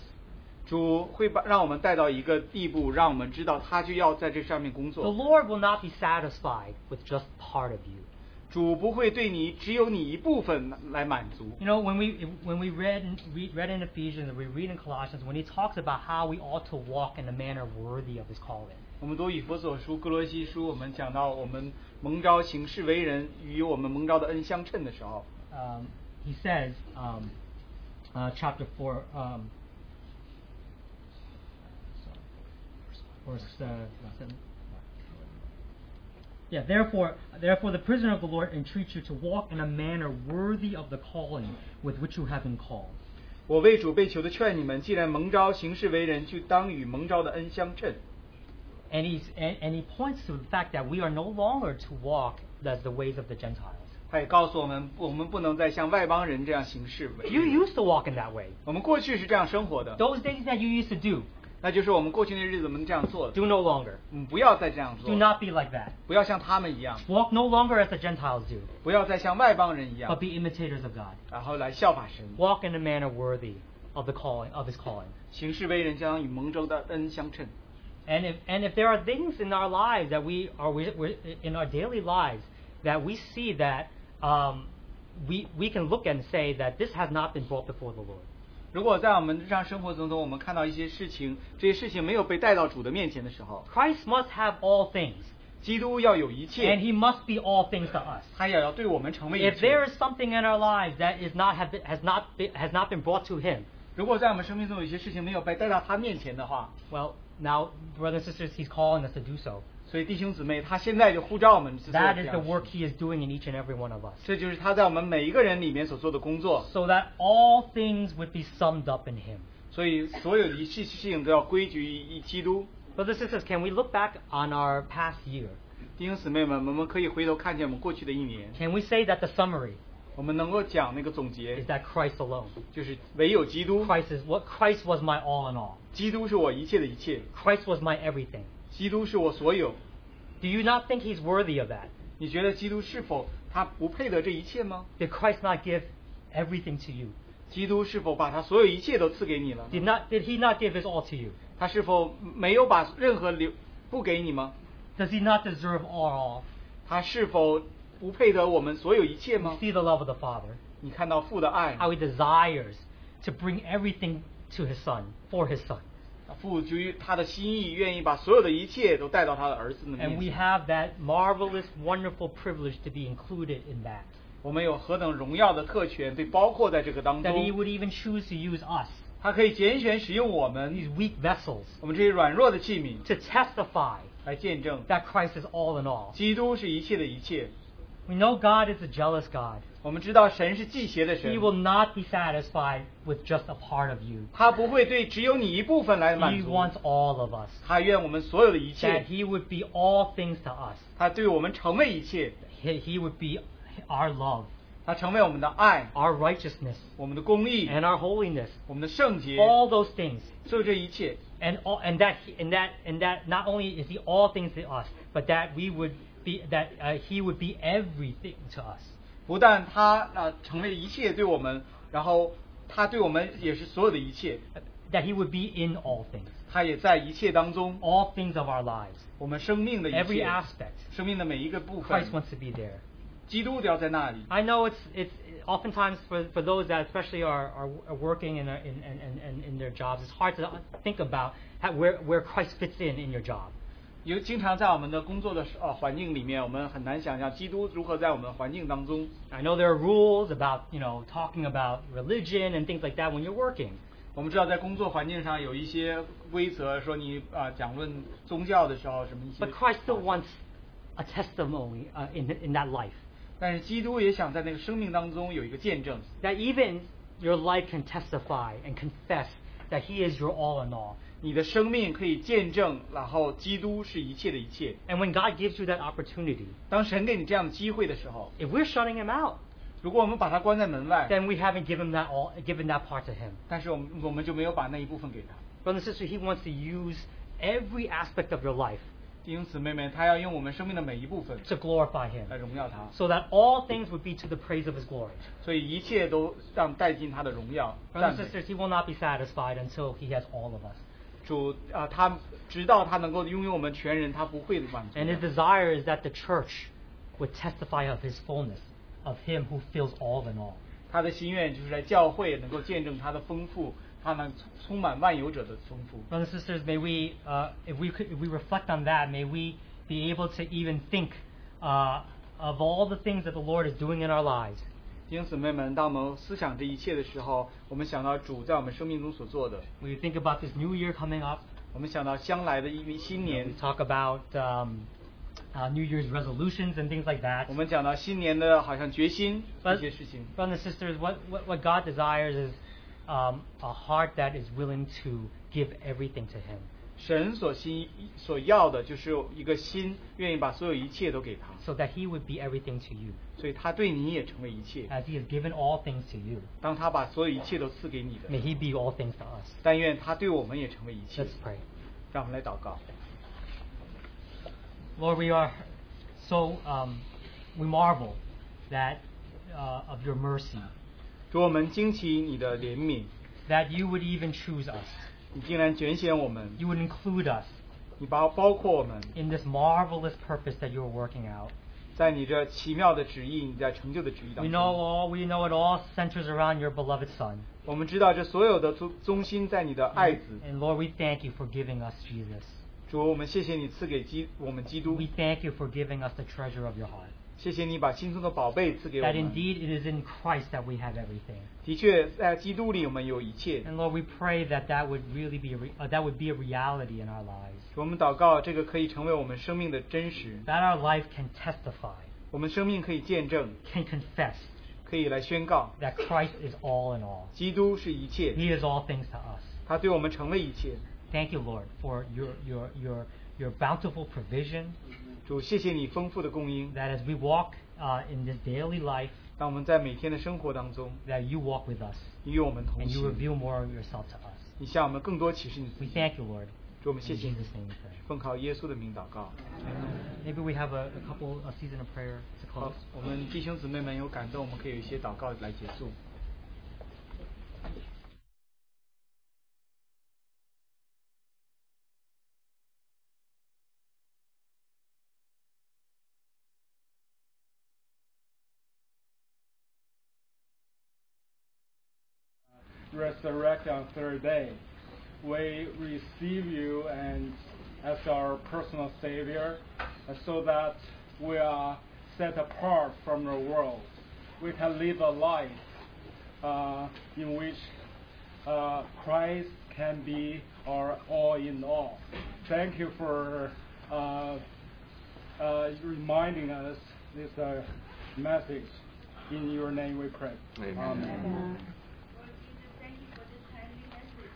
Speaker 3: 主会把让我们带到一个地步，让我们知道他就要在这上面工
Speaker 2: The
Speaker 3: 作。
Speaker 2: Lord will not be satisfied with just part of you.
Speaker 3: 主不会对你只有你一部分来满足。
Speaker 2: You know, when we when we read read, read in Ephesians and we read in Colossians, when he talks about how we ought to walk in a manner worthy of his calling,
Speaker 3: 我们读以佛所书、哥罗西书，我们讲到我们蒙召行事为人与我们蒙召的恩相称的时候，
Speaker 2: um, he says, um, uh, chapter four, um, verse uh, seven. Yeah, therefore, therefore, the prisoner of the Lord entreats you to walk in a manner worthy of the calling with which you have been called.
Speaker 3: 我为主被求的劝你们，既然蒙召行事为人，就当与蒙召的恩相称。
Speaker 2: And, he's, and, and he points to the fact that we are no longer to walk as the ways of the Gentiles.
Speaker 3: 他也告诉我们，我们不能再像外邦人这样行事为
Speaker 2: You
Speaker 3: 人。
Speaker 2: used to walk in that way.
Speaker 3: 我们过去是这样生活的，
Speaker 2: Those things that you used to do,
Speaker 3: 那就是我们过去那日子我们这样做的。
Speaker 2: do no longer.
Speaker 3: 我们不要再这样
Speaker 2: Do
Speaker 3: 做，
Speaker 2: not be like that.
Speaker 3: 不要像他们一样，
Speaker 2: Walk no longer as the Gentiles do,
Speaker 3: 不要再像外邦人一
Speaker 2: but
Speaker 3: 样，
Speaker 2: be imitators of God.
Speaker 3: 然后来效法神。
Speaker 2: Walk in a manner worthy of the calling of His calling.
Speaker 3: 行事为人将与蒙召的恩相称。
Speaker 2: And if and if there are things in our lives that we are we, we, in our daily lives that we see that um, we we can look and say that this has not been brought before the Lord.
Speaker 3: 如果在我们日常生活当中，我们看到一些事情，这些事情没有被带到主的面前的时候，
Speaker 2: Christ must have all things.
Speaker 3: 基督要有一
Speaker 2: and
Speaker 3: 切，
Speaker 2: he must be all things to us.
Speaker 3: 他也要对我们成为一
Speaker 2: If there
Speaker 3: 切。
Speaker 2: is something in our lives that is not have been, has not been, has not been brought to him,
Speaker 3: 如果在我们生命中有些事情没有被带到他面前的话，
Speaker 2: well, now brothers and sisters, he's calling us to do so.
Speaker 3: 所以弟兄姊妹，他现在就呼召我们去做
Speaker 2: That
Speaker 3: 这
Speaker 2: is the
Speaker 3: 样的
Speaker 2: work
Speaker 3: 事
Speaker 2: he is doing in each and every one of us,
Speaker 3: 这就是他在我们每一个人里面所做的工作。
Speaker 2: so that all things would be summed up in him.
Speaker 3: 所以所有的一切事情都要归于一基督。
Speaker 2: Brothers and sisters, can we look back on our past year?
Speaker 3: 弟兄姊妹们，我们可以回头看见我们过去的一年，
Speaker 2: Can we say that the summary
Speaker 3: 我们能够讲那个总
Speaker 2: is
Speaker 3: 结，
Speaker 2: that Christ alone?
Speaker 3: 就是唯有基督，
Speaker 2: Christ is what Christ was my all in all.
Speaker 3: 基督是我一切的一切，
Speaker 2: Christ was my everything.
Speaker 3: 基督是我所有。
Speaker 2: Do you not think he's worthy of that?
Speaker 3: 你觉得基督是否他不配得这一切吗？
Speaker 2: Did Christ not give everything to you?
Speaker 3: 基督是否把他所有一切都赐给你了？
Speaker 2: Did not did he not give his all to you?
Speaker 3: 他是否没有把任何留不给你吗？
Speaker 2: Does he not deserve our all?
Speaker 3: 他是否不配得我们所有一切
Speaker 2: You
Speaker 3: 吗？
Speaker 2: see the love of the Father,
Speaker 3: 你看到父的爱，
Speaker 2: how he desires to bring everything to his son for his son.
Speaker 3: 父出于他的心意，愿意把所有的一切都带到他的儿子的
Speaker 2: And
Speaker 3: 面
Speaker 2: we
Speaker 3: 前。
Speaker 2: have that marvelous, wonderful privilege to be included in that.
Speaker 3: 我们有何等荣耀的特权被包括在这个当
Speaker 2: That he
Speaker 3: 中？
Speaker 2: would even choose to use us,
Speaker 3: 他可以拣选使用我
Speaker 2: these
Speaker 3: 们，
Speaker 2: weak vessels,
Speaker 3: 我们这些软弱的器皿
Speaker 2: to testify
Speaker 3: 来见证
Speaker 2: that Christ is all in all.
Speaker 3: 基督是一切的一切。
Speaker 2: We know God is a jealous God.
Speaker 3: 我们知道神是祭邪的
Speaker 2: He
Speaker 3: 神，
Speaker 2: will not be satisfied with just a part of you.
Speaker 3: 他不会对只有你一部分来满
Speaker 2: He
Speaker 3: 足，
Speaker 2: wants all of us.
Speaker 3: 他愿我们所有的一
Speaker 2: That
Speaker 3: 切，
Speaker 2: he would be all things to us.
Speaker 3: 他对我们成为一切，
Speaker 2: He, he would be our love,
Speaker 3: 他成为我们的爱、
Speaker 2: our righteousness,
Speaker 3: 我们的公义、
Speaker 2: and our holiness.
Speaker 3: 我们的圣洁，
Speaker 2: All those things,
Speaker 3: 所有这一切，
Speaker 2: and all, and that he- and that and that not only is he all things to us, but that we would be that uh, he would be everything to us.
Speaker 3: 不但他啊、呃成为一切对我们，然后他对我们也是所有的一切，
Speaker 2: That he would be in all things,
Speaker 3: 他也在一切当中，
Speaker 2: all things of our lives,
Speaker 3: 我们生命的一
Speaker 2: every
Speaker 3: 切，
Speaker 2: aspect.
Speaker 3: 生命的每一个部分
Speaker 2: Christ，wants to be there.
Speaker 3: 基督要在那里。
Speaker 2: I know it's it's oftentimes for, for those that especially are, are, are working in, a, in, in, in- in, in their jobs, it's hard to think about how, where, where Christ fits in in your job.
Speaker 3: 因为经常在我们的工作的呃环境里面，我们很难想象基督如何在我们的环境当中。
Speaker 2: I know there are rules about you know talking about religion and things like that when you're working,
Speaker 3: 我们知道在工作环境上有一些规则，说你啊、讲论宗教的时候什么一些啊
Speaker 2: but Christ still wants a testimony uh, in in that life
Speaker 3: 但是基督也想在那个生命当中有一个见证，
Speaker 2: that even your life can testify and confess that He is your all in all.
Speaker 3: 你的生命可以见证，然后基督是一切的一切。
Speaker 2: And when God gives you that opportunity,
Speaker 3: 当神给你这样的机会的时候，
Speaker 2: if we're shutting Him out,
Speaker 3: 如果我们把它关在门外，
Speaker 2: then we haven't given that all given that part to Him.
Speaker 3: 但是我们我们就没有把那一部分给他。
Speaker 2: Brothers and sisters, He wants to use every aspect of your life
Speaker 3: 弟兄姊妹们，他要用我们生命的每一部分
Speaker 2: to glorify Him,
Speaker 3: 来荣耀他，
Speaker 2: so that all things would be to the praise of His glory.
Speaker 3: 所以一切都让带进他的荣耀。赞
Speaker 2: Brothers
Speaker 3: 美
Speaker 2: and sisters, He will not be satisfied until He has all of us.
Speaker 3: 主啊、他直到他能够拥有我们全人，他不会满足
Speaker 2: And His
Speaker 3: 的。
Speaker 2: desire is that the church would testify of His fullness, of Him who fills all in all.
Speaker 3: 他的心愿就是在教会能够见证他的丰富，他能充满万有者的丰富。
Speaker 2: Brothers and sisters, may we, uh, if we could, if we reflect on that, may we be able to even think uh, of all the things that the Lord is doing in our lives.
Speaker 3: 弟兄姊妹们，当我们思想这一切的时候，我们想到主在我们生命中所做的，
Speaker 2: When you think about this new year coming up,
Speaker 3: 我们想到将来的一新
Speaker 2: you know,
Speaker 3: 年
Speaker 2: we，talk about um, uh, New Year's resolutions and things like that.
Speaker 3: 我们讲到新年的好像决心一
Speaker 2: But,
Speaker 3: 些事情。
Speaker 2: brothers and sisters, what, what, what God desires is um, a heart that is willing to give everything to Him.
Speaker 3: 神所心所要的就是一个心，愿意把所有一切都给他，
Speaker 2: so that he would be everything to you,
Speaker 3: 所以他对你也成为一切。
Speaker 2: as he has given all things to you.
Speaker 3: 当他把所有一切都赐给你的
Speaker 2: May，he be all things to us.
Speaker 3: 但愿他对我们也成为一切
Speaker 2: Let's。pray.
Speaker 3: 让我们来祷告。
Speaker 2: Lord, we are so um, we marvel that uh, of your mercy,
Speaker 3: 主，我们惊奇你的怜悯，
Speaker 2: that you would even choose us,
Speaker 3: 你竟然拣选我们，
Speaker 2: you would include us
Speaker 3: 你把包括我们
Speaker 2: in this marvelous purpose that you're working out.
Speaker 3: 在你这奇妙的旨意，你在成就的旨意当
Speaker 2: We
Speaker 3: 中。
Speaker 2: know all we know it all centers around your beloved Son.
Speaker 3: 我们知道这所有的中中心在你的爱子。
Speaker 2: And Lord, we thank you for giving us Jesus.
Speaker 3: 主，我们谢谢你赐给基我们基督，
Speaker 2: We thank you for giving us the treasure of your heart.
Speaker 3: 谢谢你把心中的宝贝赐给我
Speaker 2: That
Speaker 3: 们。
Speaker 2: indeed it is in Christ that we have everything.
Speaker 3: 的确，在基督里我们有一切。
Speaker 2: And Lord, we pray that that would really be a re- uh, that would be a reality in our lives.
Speaker 3: 主我们祷告，这个可以成为我们生命的真实，
Speaker 2: That our life can testify,
Speaker 3: 我们生命可以见证，
Speaker 2: can confess
Speaker 3: 可以来宣告，
Speaker 2: that Christ is all in all.
Speaker 3: 基督是一切，
Speaker 2: He is all things to us.
Speaker 3: 他对我们成为一切。
Speaker 2: Thank you, Lord, for your your your your bountiful provision.
Speaker 3: 主，谢谢你丰富的供应，
Speaker 2: That as we walk uh, in this daily life,
Speaker 3: 让我们在每天的生活当中
Speaker 2: that you walk with us
Speaker 3: 与我们同
Speaker 2: and you
Speaker 3: 行。
Speaker 2: reveal more of yourself to us.
Speaker 3: 你向我们更多启示你自
Speaker 2: We
Speaker 3: 己。
Speaker 2: thank you, Lord.
Speaker 3: 主，我们
Speaker 2: In
Speaker 3: 谢谢你
Speaker 2: Jesus' name we pray.
Speaker 3: 奉靠耶稣的名祷告。
Speaker 2: Maybe we have a, a couple a season of prayer to
Speaker 3: 好
Speaker 2: close.，
Speaker 3: 我们弟兄姊妹们有感动，我们可以有一些祷告来结束。
Speaker 1: resurrect on third day. We receive you and as our personal Savior, so that we are set apart from the world. We can live a life uh, in which uh, Christ can be our all in all. Thank you for uh, uh, reminding us this uh, message. In your name we pray.
Speaker 4: Amen.
Speaker 1: 啊 Amen.
Speaker 5: Lord Jesus, thank you for this timely message.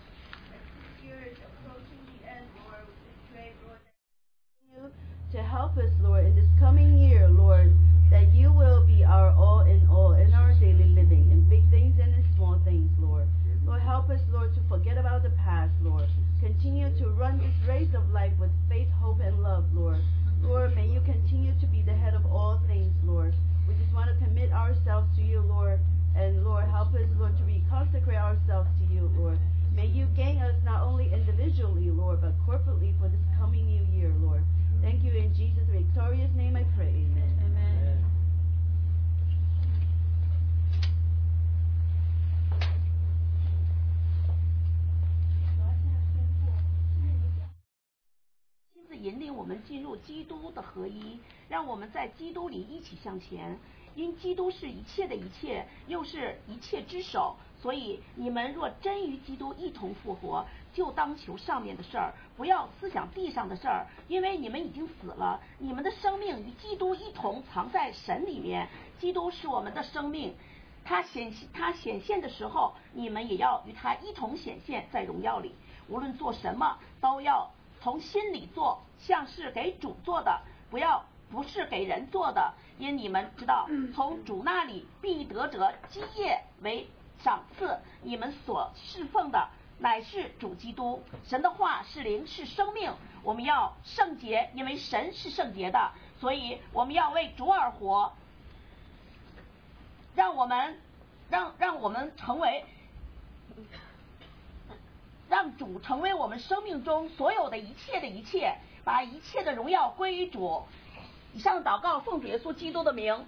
Speaker 5: As this year is approaching the end, Lord, we pray, Lord, that you continue to help us, Lord, in this coming year, Lord, that you will be our all in all in our daily living, in big things and in small things, Lord. Lord, help us, Lord, to forget about the past, Lord. Continue to run this race of life with faith, hope, and love, Lord. Lord, may you continue to be the head of all things, Lord. We just want to commit ourselves to you, Lord. And Lord, help us, Lord, to reconsecrate ourselves to you, Lord. May you gain us not only individually, Lord, but corporately for this coming new year, Lord. Thank you in Jesus' victorious name I
Speaker 4: 进入基督的合一，让我们在基督里一起向前。因基督是一切的一切，又是一切之首，所以你们若真与基督一同复活，就当求上面的事儿，不要思想地上的事儿，因为你们已经死了，你们的生命与基督一同藏在神里面。基督是我们的生命，他显他显现的时候，你们也要与他一同显现在荣耀里。无论做什么，都要从心里做，像是给主做的，不要不是给人做的，因你们知道，从主那里必得着基业为赏赐。你们所侍奉的乃是主基督，神的话是灵，是生命。我们要圣洁，因为神是圣洁的，所以我们要为主而活。让我们让让我们成为，让主成为我们生命中所有的一切的一切，把一切的荣耀归于主。以上祷告奉主耶稣基督的名。